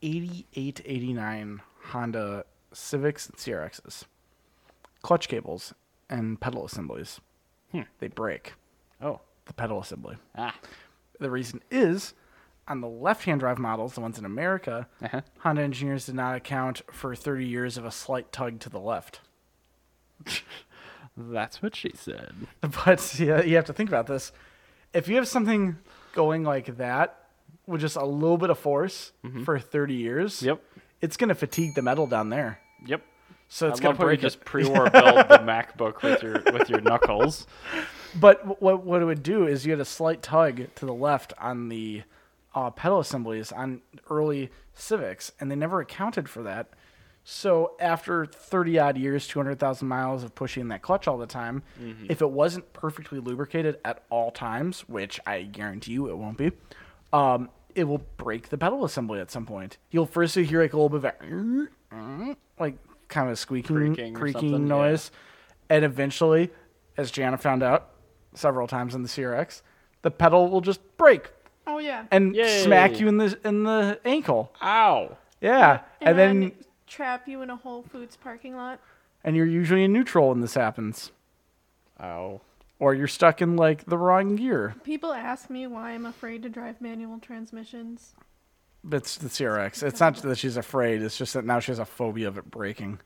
B: 88, 89 Honda Civics and CRXs. Clutch cables and pedal assemblies. They break
A: Hmm. Oh,
B: the pedal assembly.
A: ah,
B: The reason is on the left hand drive models, the ones in America,
A: Uh-huh.
B: Honda engineers did not account for 30 years of a slight tug to the left.
A: that's what she said.
B: But yeah, you have to think about this. If you have something going like that with just a little bit of force for 30 years,
A: Yep.
B: it's going to fatigue the metal down there.
A: Yep.
B: So it's
A: I
B: going
A: love
B: to
A: how you
B: break
A: just
B: it.
A: pre-war build the MacBook with your with your knuckles.
B: But what what it would do is you had a slight tug to the left on the uh, pedal assemblies on early Civics, and they never accounted for that. So after thirty odd years, two hundred thousand miles of pushing that clutch all the time, if it wasn't perfectly lubricated at all times, which I guarantee you it won't be, um, it will break the pedal assembly at some point. You'll first hear like a little bit of a, like kind of squeaking,
A: Creaking
B: Mm-hmm. creaking,
A: or something, yeah.
B: noise, and eventually, as Jana found out several times in the CRX, the pedal will just break
C: Oh yeah.
B: and
A: Yay.
B: smack you in the in the ankle.
A: Ow.
B: Yeah, and, then
C: trap you in a Whole Foods parking lot.
B: and you're usually in neutral when this happens,
A: Ow.
B: or you're stuck in like the wrong gear.
C: People ask me why I'm afraid to drive manual transmissions.
B: It's the CRX. It's not that she's afraid. It's just that now she has a phobia of it breaking.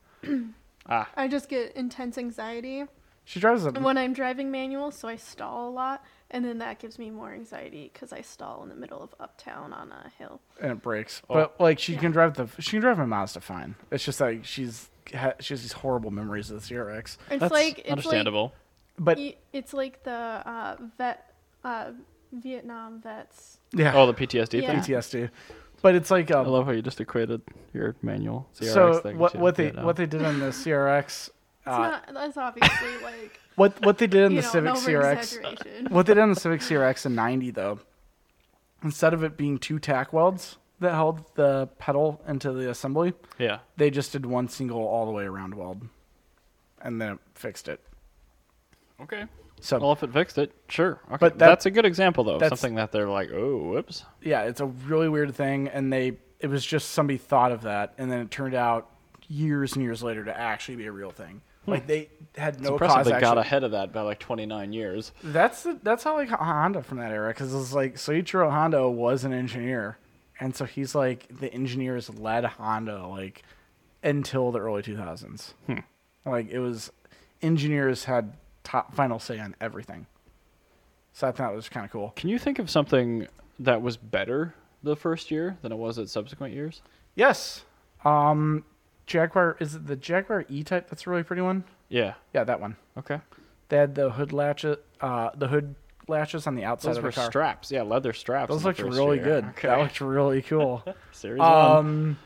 C: I just get intense anxiety
B: She drives a
C: when I'm driving manual, so I stall a lot, and then that gives me more anxiety because I stall in the middle of uptown on a hill.
B: and it breaks. But like she can drive the she can drive my Mazda fine. It's just like she's ha, she has these horrible memories of the CRX.
C: It's
A: That's
C: like it's
A: understandable.
B: But
C: Like, y- it's like the uh, vet, uh, Vietnam vets.
B: yeah,
A: oh, the PTSD thing.
C: Yeah.
B: PTSD. But it's like
A: I
B: um,
A: love how you just equated your manual CRX
B: so
A: thing
B: what
A: to
B: what they
A: Vietnam.
B: what they did on the CRX
C: It's
B: uh,
C: not. That's obviously like
B: what what they did in
C: you
B: the
C: know,
B: Civic
C: an
B: CRX
C: over-exaggeration.
B: uh, what they did on the Civic CRX in '90 though, instead of it being two tack welds that held the pedal into the assembly,
A: Yeah.
B: they just did one single all the way around weld, and then it fixed it.
A: Okay.
B: So
A: Well, if it fixed it, sure. Okay.
B: But that-
A: that's a good example though. of
B: that's-
A: Something that they're like, oh, whoops.
B: yeah, it's a really weird thing, and they it was just somebody thought of that, and then it turned out years and years later to actually be a real thing. Like they had no
A: Hmm. Impressive.
B: cause.
A: They got
B: actually-
A: ahead of that by like 29 years.
B: That's the, that's how like Honda from that era because it's like Soichiro Honda was an engineer, and so he's like the engineers led Honda like until the early two thousands.
A: Hmm.
B: Like it was engineers had top final say on everything. So I thought it was kind of cool.
A: Can you think of something that was better the first year than it was at subsequent years?
B: Yes. Um, Jaguar is it the Jaguar E Type? That's a really pretty one.
A: Yeah.
B: Yeah, that one.
A: Okay.
B: They had the hood latches, uh, the hood latches on the outside
A: Those
B: of
A: were
B: the car.
A: straps. Yeah, leather straps.
B: Those
A: in the
B: looked
A: first
B: really
A: year.
B: good.
A: Okay.
B: That looked really cool.
A: Series one.
B: um,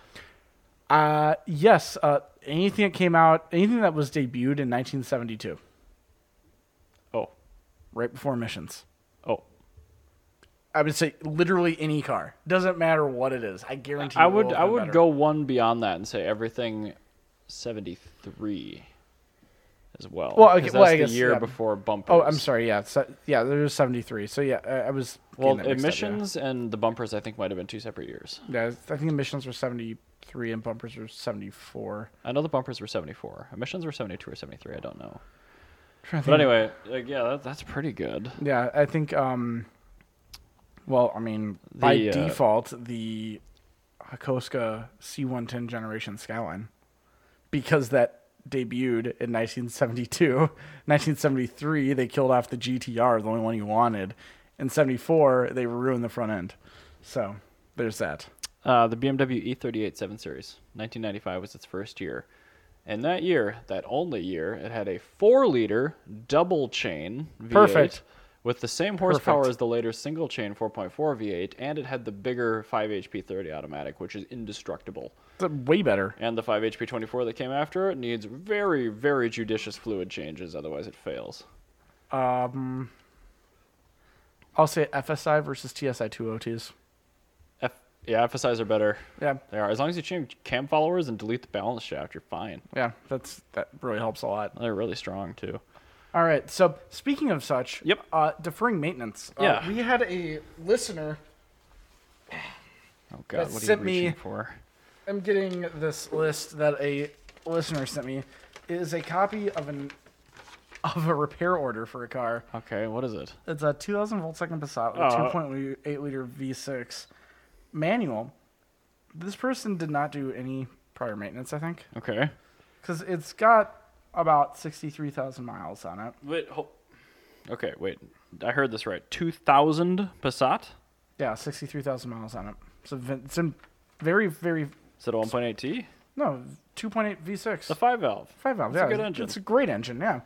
B: uh, yes. Uh, anything that came out, anything that was debuted in 1972,
A: Oh.
B: right before missions.
A: Oh.
B: I would say literally any car. Doesn't matter what it is. I guarantee.
A: I
B: it will
A: would
B: have
A: I
B: been
A: would
B: better.
A: go one beyond that and say everything 73 as well.
B: Well,
A: 'cause
B: okay,
A: that's
B: well, I
A: the
B: guess,
A: year
B: yeah.
A: before bumpers.
B: Oh, I'm sorry. Yeah, so, yeah. There was 73. So yeah, I, I was. getting
A: Well,
B: that mixed up, yeah.
A: emissions and the bumpers I think might have been two separate years.
B: Yeah, I think emissions were 73 and bumpers were 74.
A: I know the bumpers were 74. Emissions were 72 or 73, I don't know.
B: Trying to
A: But
B: think-
A: anyway, like, yeah, that, that's pretty good.
B: Yeah, I think, um, well, I mean, by
A: The, uh,
B: default, the Hakoska C110 generation Skyline, because that debuted in 1972. 1973, they killed off the GTR, the only one you wanted. In 74, they ruined the front end. So there's that.
A: Uh, the BMW E38 7 Series, 1995 was its first year. And that year, that only year, it had a 4 liter double chain V8
B: Perfect.
A: with the same horsepower
B: Perfect.
A: as the later single chain 4.4 V8, and it had the bigger 5HP30 automatic, which is indestructible.
B: It's, uh, Way better.
A: And the 5HP24 that came after it needs very, very judicious fluid changes, otherwise, it fails.
B: Um, I'll say FSI versus TSI 2OTs.
A: F- yeah, FSIs are better.
B: Yeah,
A: They are. As long as you change cam followers and delete the balance shaft, you're fine.
B: yeah, that's that really helps a lot.
A: They're really strong, too.
B: All right, so speaking of such,
A: Yep.
B: uh, deferring maintenance. uh,
A: Yeah.
B: we had a listener.
A: Oh, God,
B: That
A: what are you
B: sent me-
A: reaching for?
B: I'm getting this list that a listener sent me. It is a copy of an of a repair order for a car.
A: Okay, what is it?
B: It's a 2,000 Volkswagen Passat with
A: Uh,
B: a 2.8 liter V6 manual. This person did not do any prior maintenance, I think.
A: Okay.
B: because it's got about 63,000 miles on it.
A: Wait. Ho- okay, wait. I heard this right. 2000 Passat?
B: Yeah, 63,000 miles on it. So vin- it's in very, very,
A: Is it a 1.8T?
B: no, 2.8 V6.
A: The 5 valve.
B: five valve.
A: it's a
B: yeah,
A: good engine.
B: It's a great engine, yeah.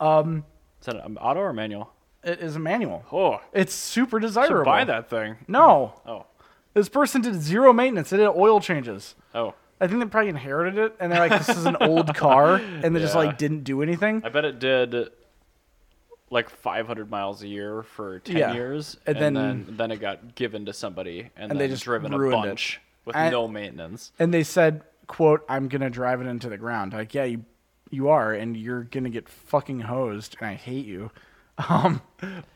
A: Is that an auto or manual?
B: It is a manual.
A: Oh,
B: It's super
A: I should
B: desirable.
A: buy that thing.
B: No.
A: Oh.
B: This person did zero maintenance. They did oil changes.
A: Oh.
B: I think they probably inherited it, and they're like, this is an old car, and they just
A: Yeah.
B: like didn't do anything.
A: I bet it did like 500 miles a year for 10
B: Yeah.
A: years,
B: And
A: and,
B: then-
A: then, then it got given to somebody, and,
B: And
A: then
B: they just
A: driven a
B: ruined it.
A: bunch with
B: I-
A: no maintenance.
B: And they said, "quote I'm gonna drive it into the ground." Like, yeah, you you are, and you're gonna get fucking hosed, and I hate you. Um,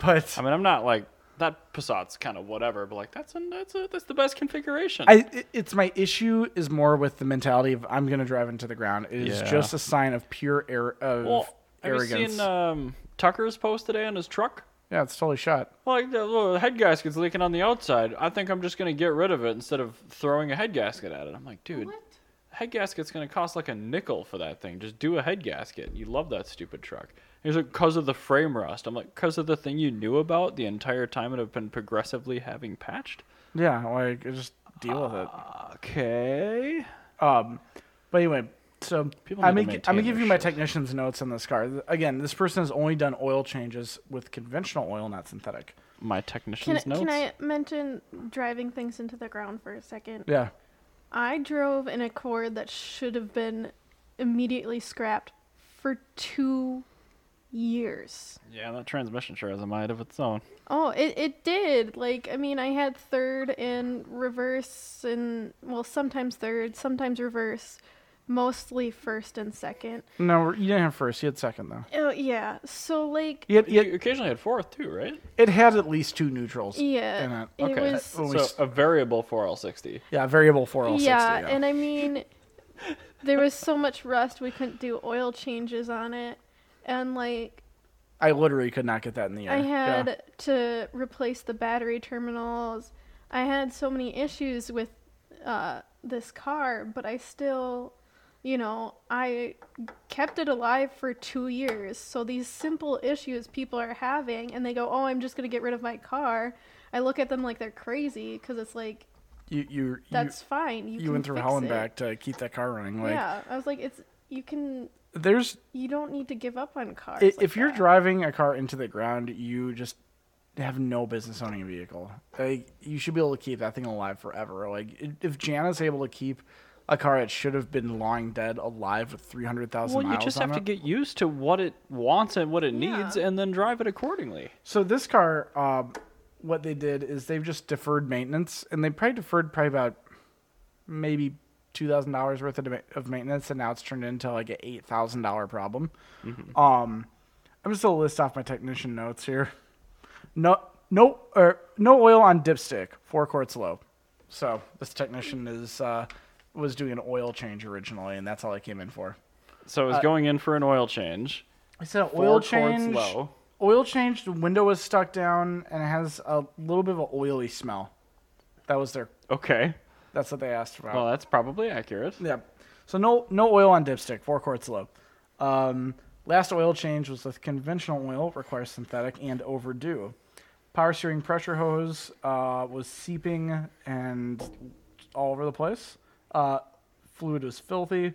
B: but
A: I mean, I'm not like that Passat's kind of whatever, but like that's a, that's a, that's the best configuration.
B: I it- it's my issue is more with the mentality of I'm gonna drive into the ground. It is
A: Yeah.
B: just a sign of pure air of
A: well, have you seen
B: arrogance.
C: uh,
A: um, Tucker's post today on his truck?
B: yeah, it's totally shot.
A: Like the little head gasket's leaking on the outside. I think I'm just gonna get rid of it instead of throwing a head gasket at it. I'm like, dude,
C: What?
A: head gasket's gonna cost like a nickel for that thing. Just do a head gasket. You love that stupid truck. He's like, cause of the frame rust. I'm like, cause of the thing you knew about the entire time and have been progressively having patched.
B: Yeah, like just deal with it.
A: Okay.
B: Um, but anyway, so
A: People
B: I'm
A: need to
B: gonna, gi-
A: maintain
B: I'm gonna give
A: their
B: you my
A: shit.
B: technician's notes on this car. Th- Again, this person has only done oil changes with conventional oil, not synthetic.
A: My
C: Can, I-
A: technician's notes.
C: can I mention driving things into the ground for a second?
B: Yeah,
C: I drove an Accord that should have been immediately scrapped for two years.
A: Yeah, that transmission sure has a mind of its own.
C: Oh, it, it did. Like, I mean, I had third and reverse, and well, sometimes third, sometimes reverse, mostly first and second.
B: no, we're- you didn't have first. You had second though.
C: Oh, yeah. So, like,
B: You had, you had-
A: You occasionally had fourth too, right?
B: it had at least two neutrals. in
C: yeah.
B: it.
C: It
A: okay.
C: was.
B: When we
A: So
B: s-
A: a variable 4L60.
B: Yeah, variable four oh all
C: yeah,
B: sixty.
C: and I mean, there was so much rust, we couldn't do oil changes on it. And, like,
B: I literally could not get that in the air.
C: I
B: Yeah.
C: had to replace the battery terminals. I had so many issues with uh, this car, but I still, you know, I kept it alive for two years. So these simple issues people are having, and they go, "Oh, I'm just gonna get rid of my car." I look at them like they're crazy because it's like
B: you you you,
C: that's fine. You,
B: you
C: can
B: went through
C: fix
B: hell and
C: it."
B: back to keep that car running. Like
C: yeah, I was like, it's you can.
B: there's
C: You don't need to give up on cars.
B: i-
C: like
B: if you're
C: that.
B: driving a car into the ground, you just have no business owning a vehicle. Like you should be able to keep that thing alive forever. Like i- if Jana's able to keep a car that should have been long dead alive with three hundred thousand
A: Well, you
B: miles
A: just
B: on
A: have to
B: it.
A: get used to what it wants and what it
C: Yeah.
A: needs, and then drive it accordingly.
B: So this car, um, what they did is they've just deferred maintenance, and they probably deferred probably about maybe two thousand dollars worth of, ma- of maintenance, and now it's turned into like an eight thousand dollar problem. Um, I'm just gonna list off my technician notes here. No, no, or no oil on dipstick, four quarts low. So this technician is uh, was doing an oil change originally, and that's all I came in for.
A: So I was going in for an oil change.
B: I said an
A: Four
B: oil
A: quarts
B: change.
A: low.
B: Oil change. The window was stuck down, and it has a little bit of an oily smell. That was their.
A: Okay.
B: That's what they asked about.
A: Well, that's probably accurate.
B: yeah. So no, no oil on dipstick. Four quarts low. Um, last oil change was with conventional oil. Requires synthetic and overdue. Power steering pressure hose uh, was seeping and all over the place. Uh, fluid was filthy.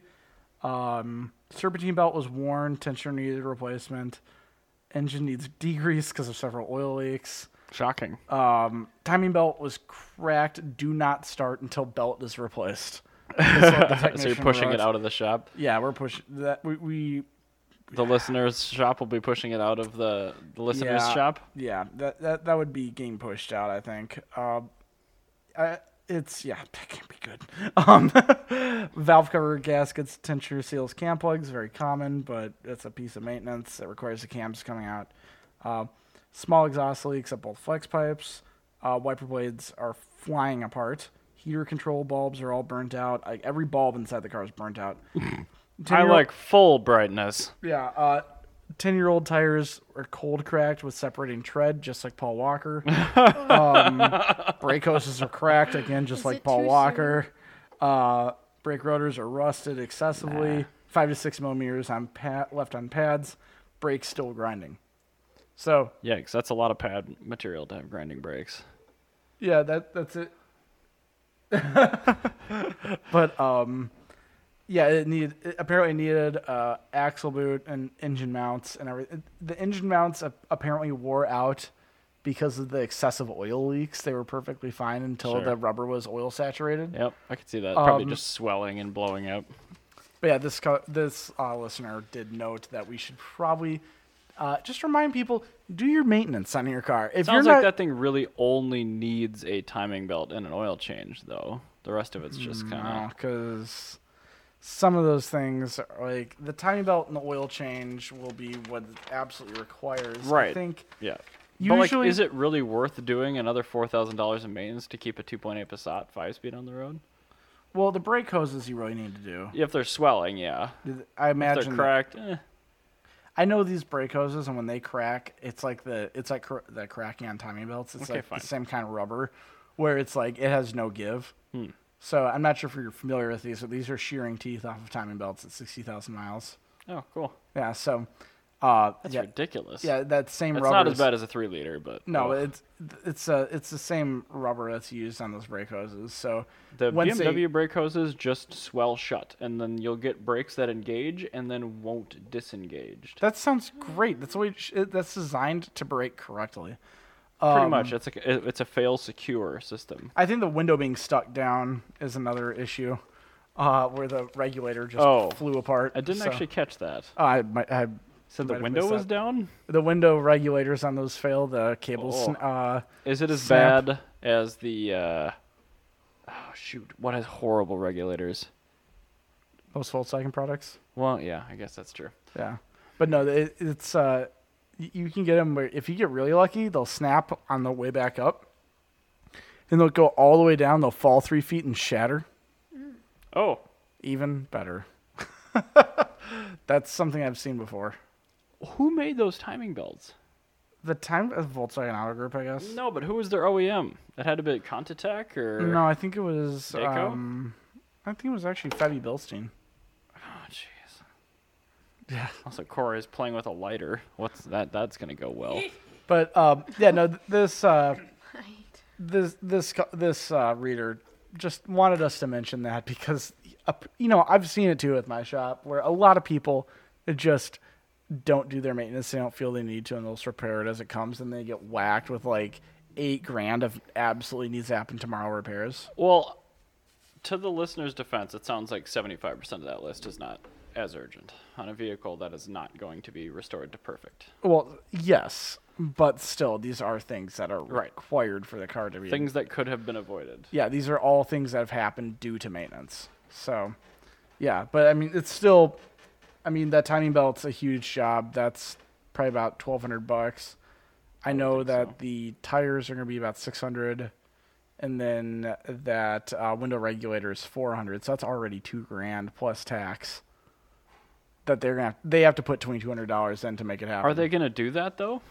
B: Um, serpentine belt was worn. Tensioner needed replacement. Engine needs degrease because of several oil leaks.
A: Shocking.
B: Um, timing belt was cracked. Do not start until belt is replaced. That's what the
A: so you're
B: technician
A: pushing
B: wrote.
A: it out of the shop.
B: Yeah, we're pushing that. We, we
A: The listener's shop will be pushing it out of the, the listener's
B: yeah,
A: shop.
B: Yeah, that, that that would be getting pushed out. I think. Um, I, it's yeah, that can't be good. Um, valve cover gaskets, tensioner seals, cam plugs, very common, but it's a piece of maintenance that requires the cams coming out. Uh, small exhaust leaks at both flex pipes. Uh, wiper blades are flying apart. Heater control bulbs are all burnt out. Like every bulb inside the car is burnt out.
A: I
B: Ten-year-old-
A: like full brightness.
B: yeah, uh, ten-year-old tires are cold cracked with separating tread, just like Paul Walker. um, brake hoses are cracked again, just
C: Is
B: like
C: it
B: Paul
C: too
B: Walker. Uh, brake rotors are rusted excessively. Five to six millimeters on pad, left on pads. Brakes still grinding. So
A: Yikes, that's a lot of pad material to have grinding brakes.
B: yeah, that that's it. but um, yeah, it needed it apparently needed uh, axle boot and engine mounts and everything. The engine mounts ap- apparently wore out because of the excessive oil leaks. They were perfectly fine until
A: Sure.
B: the rubber was oil saturated.
A: Yep, I could see that. Probably
B: Um,
A: just swelling and blowing up.
B: But yeah, this co- this uh, listener did note that we should probably Uh, just remind people do your maintenance on your car. If
A: Sounds
B: you're
A: like
B: not,
A: that thing really only needs a timing belt and an oil change, though. The rest of it's just kind of.
B: because some of those things are like the timing belt and the oil change will be what it absolutely requires. I
A: Right.
B: think
A: Yeah. but
B: usually
A: like, is it really worth doing another four thousand dollars in maintenance to keep a two point eight Passat five speed on the road?
B: well the brake hoses you really need to do.
A: If they're swelling, yeah.
B: I
A: If
B: imagine
A: they're cracked, eh.
B: I know these brake hoses, and when they crack, it's like the it's like cr- the cracking on timing belts. It's
A: Okay,
B: like
A: fine.
B: the same kind of rubber, where it's like it has no give.
A: Hmm.
B: So I'm not sure if you're familiar with these, but these are shearing teeth off of timing belts at sixty thousand miles.
A: Oh, cool.
B: Yeah, so uh,
A: That's
B: yeah,
A: ridiculous.
B: yeah, that same
A: It's
B: rubber.
A: not as
B: is-
A: bad as a three liter, but oh.
B: No,
A: ugh.
B: it's it's uh, it's the same rubber that's used on those brake hoses. So
A: the
B: once they-
A: BMW brake hoses just swell shut, and then you'll get brakes that engage and then won't disengage.
B: that sounds great. That's what we sh- it- that's designed to brake correctly.
A: Pretty
B: Um,
A: much, it's like it- it's a fail secure system.
B: I think the window being stuck down is another issue, uh, where the regulator just
A: Oh.
B: flew apart.
A: I didn't
B: so-
A: actually catch that.
B: Uh, I, might- I
A: So
B: might
A: the
B: have
A: window
B: missed
A: was
B: that.
A: down.
B: The window regulators on those fail. The cables.
A: Oh.
B: sn- Uh,
A: Is it as
B: Snap.
A: bad as the? Uh, oh shoot! What has horrible regulators?
B: most Volkswagen products.
A: Well, yeah, I guess that's true.
B: Yeah, but no, it, it's uh, y- you can get them where if you get really lucky, they'll snap on the way back up, and they'll go all the way down. They'll fall three feet and shatter.
A: Oh,
B: Even better. That's something I've seen before.
A: who made those timing belts?
B: The time of Volkswagen Auto Group, I guess.
A: No, but who was their OEM? It had to be Contatec or
B: No, I think it was.
A: Daco?
B: Um, I think it was actually Fabi Bilstein.
A: Oh, jeez. Yeah. Also, Cora is playing with a lighter. What's that? That's gonna go well.
B: But um, yeah, no, th- this uh,
C: Right.
B: this this co- this uh, reader just wanted us to mention that because uh, you know I've seen it too with my shop where a lot of people just don't do their maintenance. They don't feel they need to, and they'll just repair it as it comes, and they get whacked with like eight grand of absolutely needs to happen tomorrow repairs.
A: Well, to the listener's defense, it sounds like 75% of that list is not as urgent on a vehicle that is not going to be restored to perfect.
B: Well, yes, but still, these are things that are
A: Right.
B: required for the car to be
A: Things that could have been avoided.
B: yeah, these are all things that have happened due to maintenance. So, yeah, but I mean, it's still, I mean, that timing belt's a huge job. That's probably about twelve hundred bucks. I know
A: think
B: that
A: so.
B: the tires are going to be about six hundred, and then that uh, window regulator is four hundred. So that's already two grand plus tax. That they're gonna have, they have to put twenty two hundred dollars in to make it happen.
A: Are they going to do that though?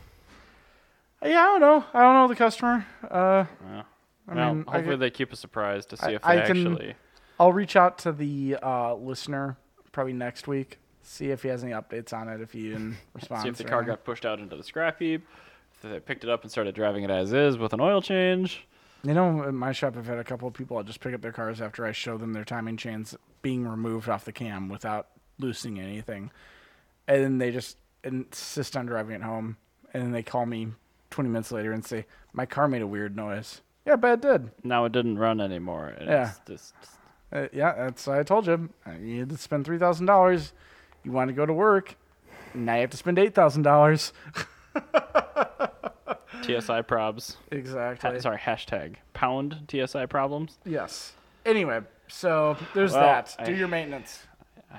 B: Yeah, I don't know. I don't know the customer. Uh,
A: Yeah.
B: I
A: well,
B: mean, I
A: hopefully
B: get-
A: they keep a surprise to see
B: I-
A: if they
B: I can-
A: actually.
B: I'll reach out to the uh, listener probably next week, see if he has any updates on it, if he even responds.
A: See if the
B: or
A: car
B: anything.
A: got pushed out into the scrap heap. If they picked it up and started driving it as is with an oil change.
B: You know, in my shop, I've had a couple of people that just pick up their cars after I show them their timing chains being removed off the cam without loosening anything, and then they just insist on driving it home, and then they call me 20 minutes later and say my car made a weird noise. Yeah, but it did.
A: Now it didn't run anymore. and
B: Yeah.
A: It's just,
B: Uh, yeah, that's I told you. Uh, You had to spend three thousand dollars. You want to go to work. Now you have to spend eight thousand dollars.
A: TSI probs.
B: Exactly.
A: Ha- sorry, hashtag pound TSI problems.
B: Yes. Anyway, so there's
A: Well,
B: that.
A: I-
B: Do your maintenance.
A: Uh,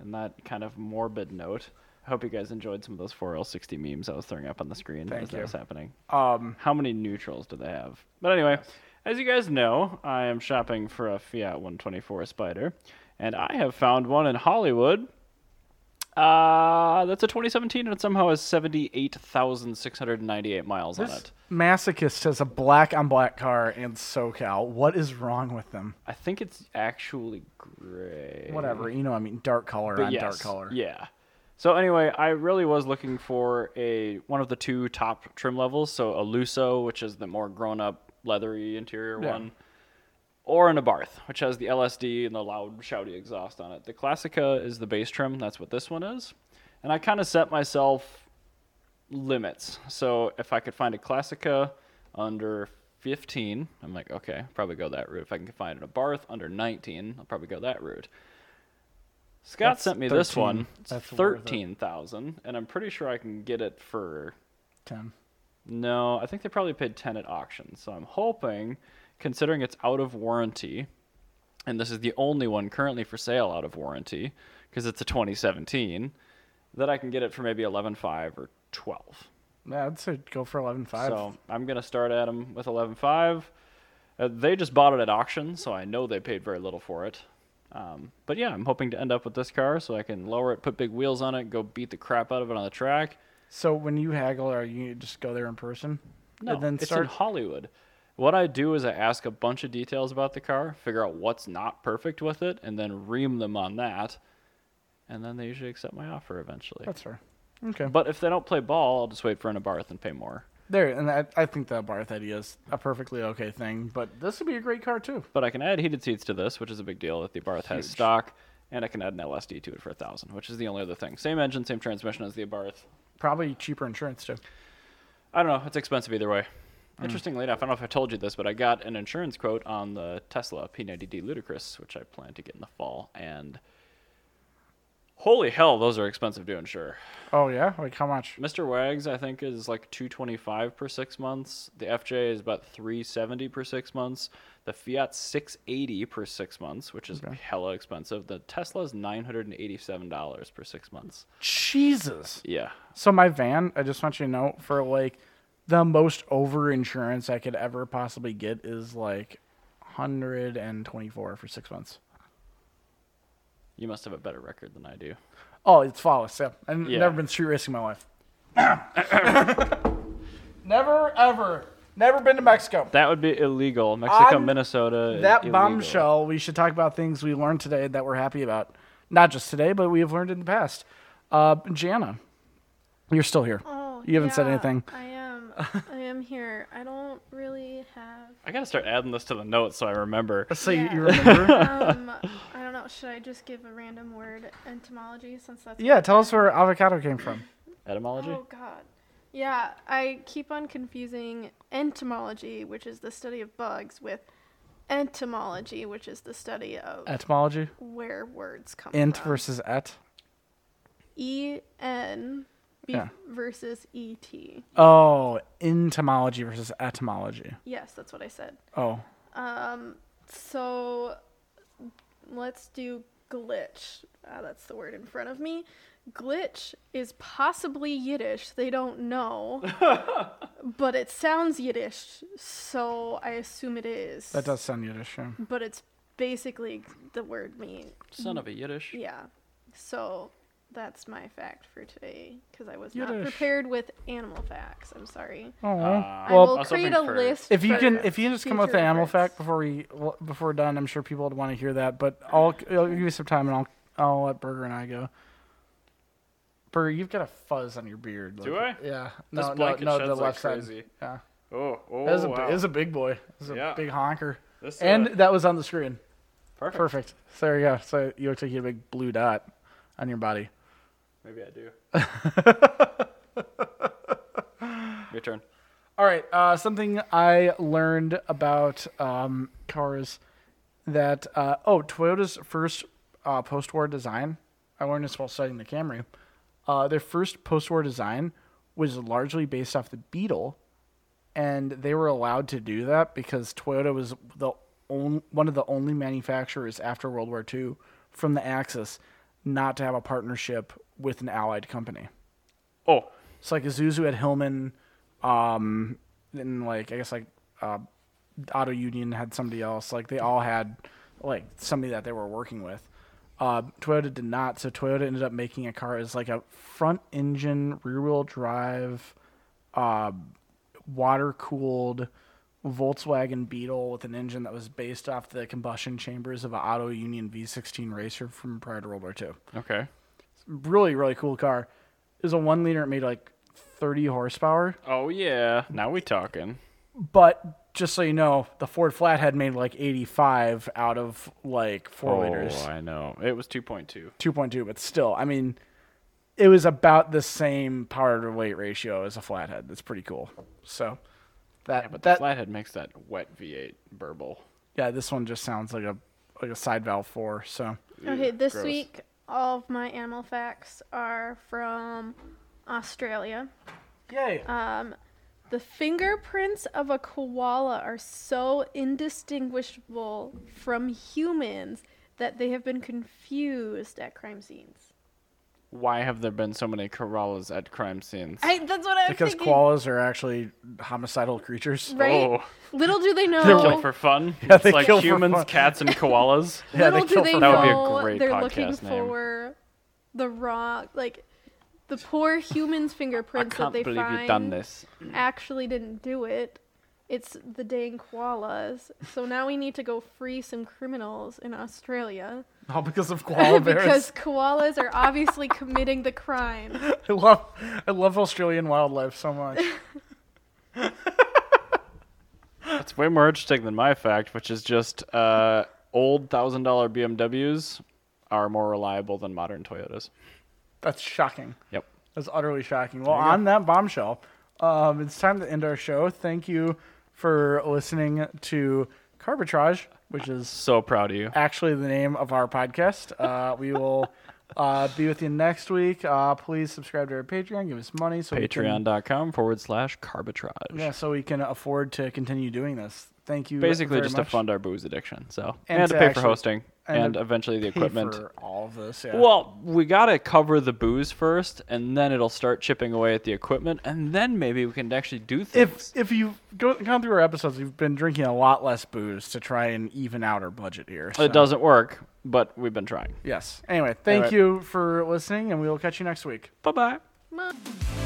A: and that kind of morbid note, I hope you guys enjoyed some of those 4L60 memes I was throwing up on the screen
B: Thank
A: as that
B: you.
A: was happening.
B: Um,
A: How many neutrals do they have? But anyway, as you guys know, I am shopping for a Fiat 124 Spider, and I have found one in Hollywood. Uh, that's a 2017, and it somehow has 78,698 miles on
B: this
A: it.
B: masochist has a black on black car in SoCal. What is wrong with them?
A: I think it's actually gray.
B: Whatever. You know, I mean, dark color
A: Eh. But
B: on dark
A: yes,
B: color.
A: Yeah. So anyway, I really was looking for a one of the two top trim levels, so a Lusso, which is the more grown-up leathery interior
B: Yeah.
A: one, or an Abarth, which has the LSD and the loud shouty exhaust on it. The Classica is the base trim, that's what this one is. And I kind of set myself limits. So if I could find a Classica under 15, I'm like, okay, probably go that route. If I can find an Abarth under 19, I'll probably go that route. Scott
B: That's
A: sent me this
B: 13.
A: one. It's
B: That's worth it.
A: thirteen thousand, and I'm pretty sure I can get it for
B: Ten.
A: no. I think they probably paid ten at auction, so I'm hoping, considering it's out of warranty, and this is the only one currently for sale out of warranty because it's a 2017, that I can get it for maybe eleven five or twelve.
B: Yeah, I'd say go for eleven five.
A: So I'm gonna start at them with eleven five. Uh, they just bought it at auction, so I know they paid very little for it. Um, but yeah, I'm hoping to end up with this car so I can lower it, put big wheels on it, go beat the crap out of it on the track.
B: So when you haggle, are you gonna just go there in person?
A: No,
B: And then
A: it's
B: start.
A: in Hollywood. What I do is I ask a bunch of details about the car, figure out what's not perfect with it, and then ream them on that. And then they usually accept my offer eventually.
B: That's fair. Okay.
A: But if they don't play ball, I'll just wait for an Abarth and pay more.
B: There, and I, I think that Barth idea is a perfectly okay thing, but this would be a great car too.
A: But I can add heated seats to this, which is a big deal that the Abarth has stock, and I can add an LSD to it for a thousand, which is the only other thing. Same engine, same transmission as the Abarth.
B: Probably cheaper insurance too.
A: I don't know. It's expensive either way. Interestingly enough, I don't know if I told you this, but I got an insurance quote on the Tesla P90D Ludicrous, which I plan to get in the fall. And holy hell, those are expensive to insure.
B: Oh yeah, like how much?
A: Mr. Wags, I think, is like 225 per six months. The FJ is about 370 per six months. The Fiat 680 per six months, which is hella expensive. The Tesla is 987 dollars per six months.
B: Jesus.
A: Yeah,
B: So my van, I just want you to know, for like the most over insurance I could ever possibly get is like hundred and twenty four for six months.
A: you must have a better record than I do.
B: Oh, it's flawless. Yeah, I've
A: Yeah.
B: never been street racing in my life. never ever, never been to Mexico.
A: That would be illegal. Mexico,
B: On
A: Minnesota.
B: that
A: illegal.
B: bombshell, we should talk about things we learned today that we're happy about. Not just today, but we have learned in the past. Uh, Jana, you're still here.
C: Oh,
B: You haven't said
C: yeah,
B: anything.
C: I am. I am here. I don't really have.
A: I gotta start adding this to the notes so I remember.
B: So you, you
C: Yeah.
B: remember?
C: Um, I don't know. Should I just give a random word etymology since that's
B: yeah, tell us where avocado came from.
A: Etymology.
C: Oh God. Yeah, I keep on confusing entomology, which is the study of bugs, with entomology, which is the study of
B: Etymology.
C: where words come
B: Uh, Int
C: from.
B: versus et.
C: E N be-
B: Yeah.
C: versus E T.
B: Oh, entomology versus etymology.
C: Yes, that's what I said.
B: Oh,
C: So let's do glitch. Ah, that's the word in front of me. Glitch is possibly Yiddish. They don't know. but it sounds Yiddish, so I assume it is.
B: that does sound Yiddish. yeah.
C: But it's basically the word mean.
A: Son of a Yiddish.
C: Yeah. So that's my fact for today because I was not
B: Yiddish.
C: prepared with animal facts. I'm sorry.
B: Oh.
A: Uh,
C: I
B: well,
C: will
A: Also
C: create a
A: been for-
C: list.
B: if you
C: for
B: can, if you can just come up with
C: future
B: an animal
C: reference.
B: fact before we well, before we're done, I'm sure people would want to hear that. But I'll, I'll give you some time, and I'll I'll let Burger and I go. Burger, you've got a fuzz on your beard.
A: Do
B: like-
A: I?
B: Yeah. No, no,
A: blanket
B: no,
A: sheds
B: the
A: like
B: left side.
A: crazy.
B: Yeah.
A: Oh, oh,
B: It was, a,
A: wow.
B: it was a big boy. It was a
A: Yeah.
B: big honker.
A: This,
B: and
A: uh,
B: that was on the screen.
A: perfect.
B: Perfect. So there you go. So you looked like you had a big blue dot on your body.
A: Maybe I do. Your turn.
B: All right. Uh, something I learned about um, cars that uh, oh Toyota's first uh, post-war design. I learned this while studying the Camry. Uh, their first post-war design was largely based off the Beetle, and they were allowed to do that because Toyota was the only, one of the only manufacturers after World War II from the Axis not to have a partnership with an allied company.
A: Oh,
B: So like Isuzu had Hillman, um, and like I guess like uh, Auto Union had somebody else. Like they all had like somebody that they were working with. Uh, Toyota did not, so Toyota ended up making a car as like a front engine, rear wheel drive, uh, water cooled Volkswagen Beetle with an engine that was based off the combustion chambers of an Auto Union V16 racer from prior to World War II
A: okay.
B: really really cool car. It was a one liter. It made like thirty horsepower.
A: Oh yeah. Now we talking.
B: But just so you know, the Ford Flathead made like eighty five out of like four
A: Oh,
B: liters,
A: I know. It was 2.2.
B: two point two. But still, I mean, it was about the same power to weight ratio as a Flathead. That's pretty cool. So that
A: Yeah, but the
B: that
A: flathead makes that wet V8 burble.
B: yeah, this one just sounds like a like a side valve four. So
C: Okay, this
A: gross.
C: week all of my animal facts are from Australia.
B: Yay.
C: Um, the fingerprints of a koala are so indistinguishable from humans that they have been confused at crime scenes.
A: Why have there been so many koalas at crime scenes?
C: I, that's what I'm
B: because
C: thinking.
B: koalas are actually homicidal creatures.
C: right?
A: Oh.
C: Little do they know.
A: They kill for fun.
B: Yeah, they
A: it's like
B: kill for
A: humans,
B: fun.
A: cats, and koalas.
B: Yeah, they
C: little
B: kill
C: do they
B: for
C: know
A: fun. That would be a great
C: they're looking
A: podcast name.
C: for the wrong, like the poor humans'
A: I
C: fingerprints
A: can't
C: that they
A: believe
C: find
A: you've done this.
C: actually didn't do it. It's the dang koalas. So now we need to go free some criminals in Australia
B: All because of koala bears.
C: because koalas are obviously committing the crime.
B: I love I love Australian wildlife so much.
A: It's way more interesting than my fact, which is just uh, old thousand dollar BMWs are more reliable than modern Toyotas.
B: That's shocking.
A: Yep.
B: That's utterly shocking. Well, on that bombshell, um, it's time to end our show. Thank you for listening to Carbitrage, which is
A: So proud of you.
B: actually the name of our podcast. Uh, we will uh, be with you next week. Uh, please subscribe to our Patreon. Give us money so we can-
A: Patreon.com forward slash carbitrage.
B: yeah, so we can afford to continue doing this. Thank you.
A: Basically,
B: very
A: just
B: much.
A: to fund our booze addiction. So
B: And
A: and,
B: to
A: to pay for
B: actually-
A: hosting
B: and to
A: and, eventually the
B: Pay
A: equipment.
B: for all of this. Yeah.
A: Well, we gotta cover the booze first, and then it'll start chipping away at the equipment, and then maybe we can actually do
B: if
A: things.
B: if you've go, gone through our episodes, we've been drinking a lot less booze to try and even out our budget here. so-
A: it doesn't work, but we've been trying.
B: Yes. Anyway, thank
A: Alright.
B: you for listening, and we will catch you next week.
A: Bye bye.
C: Mom.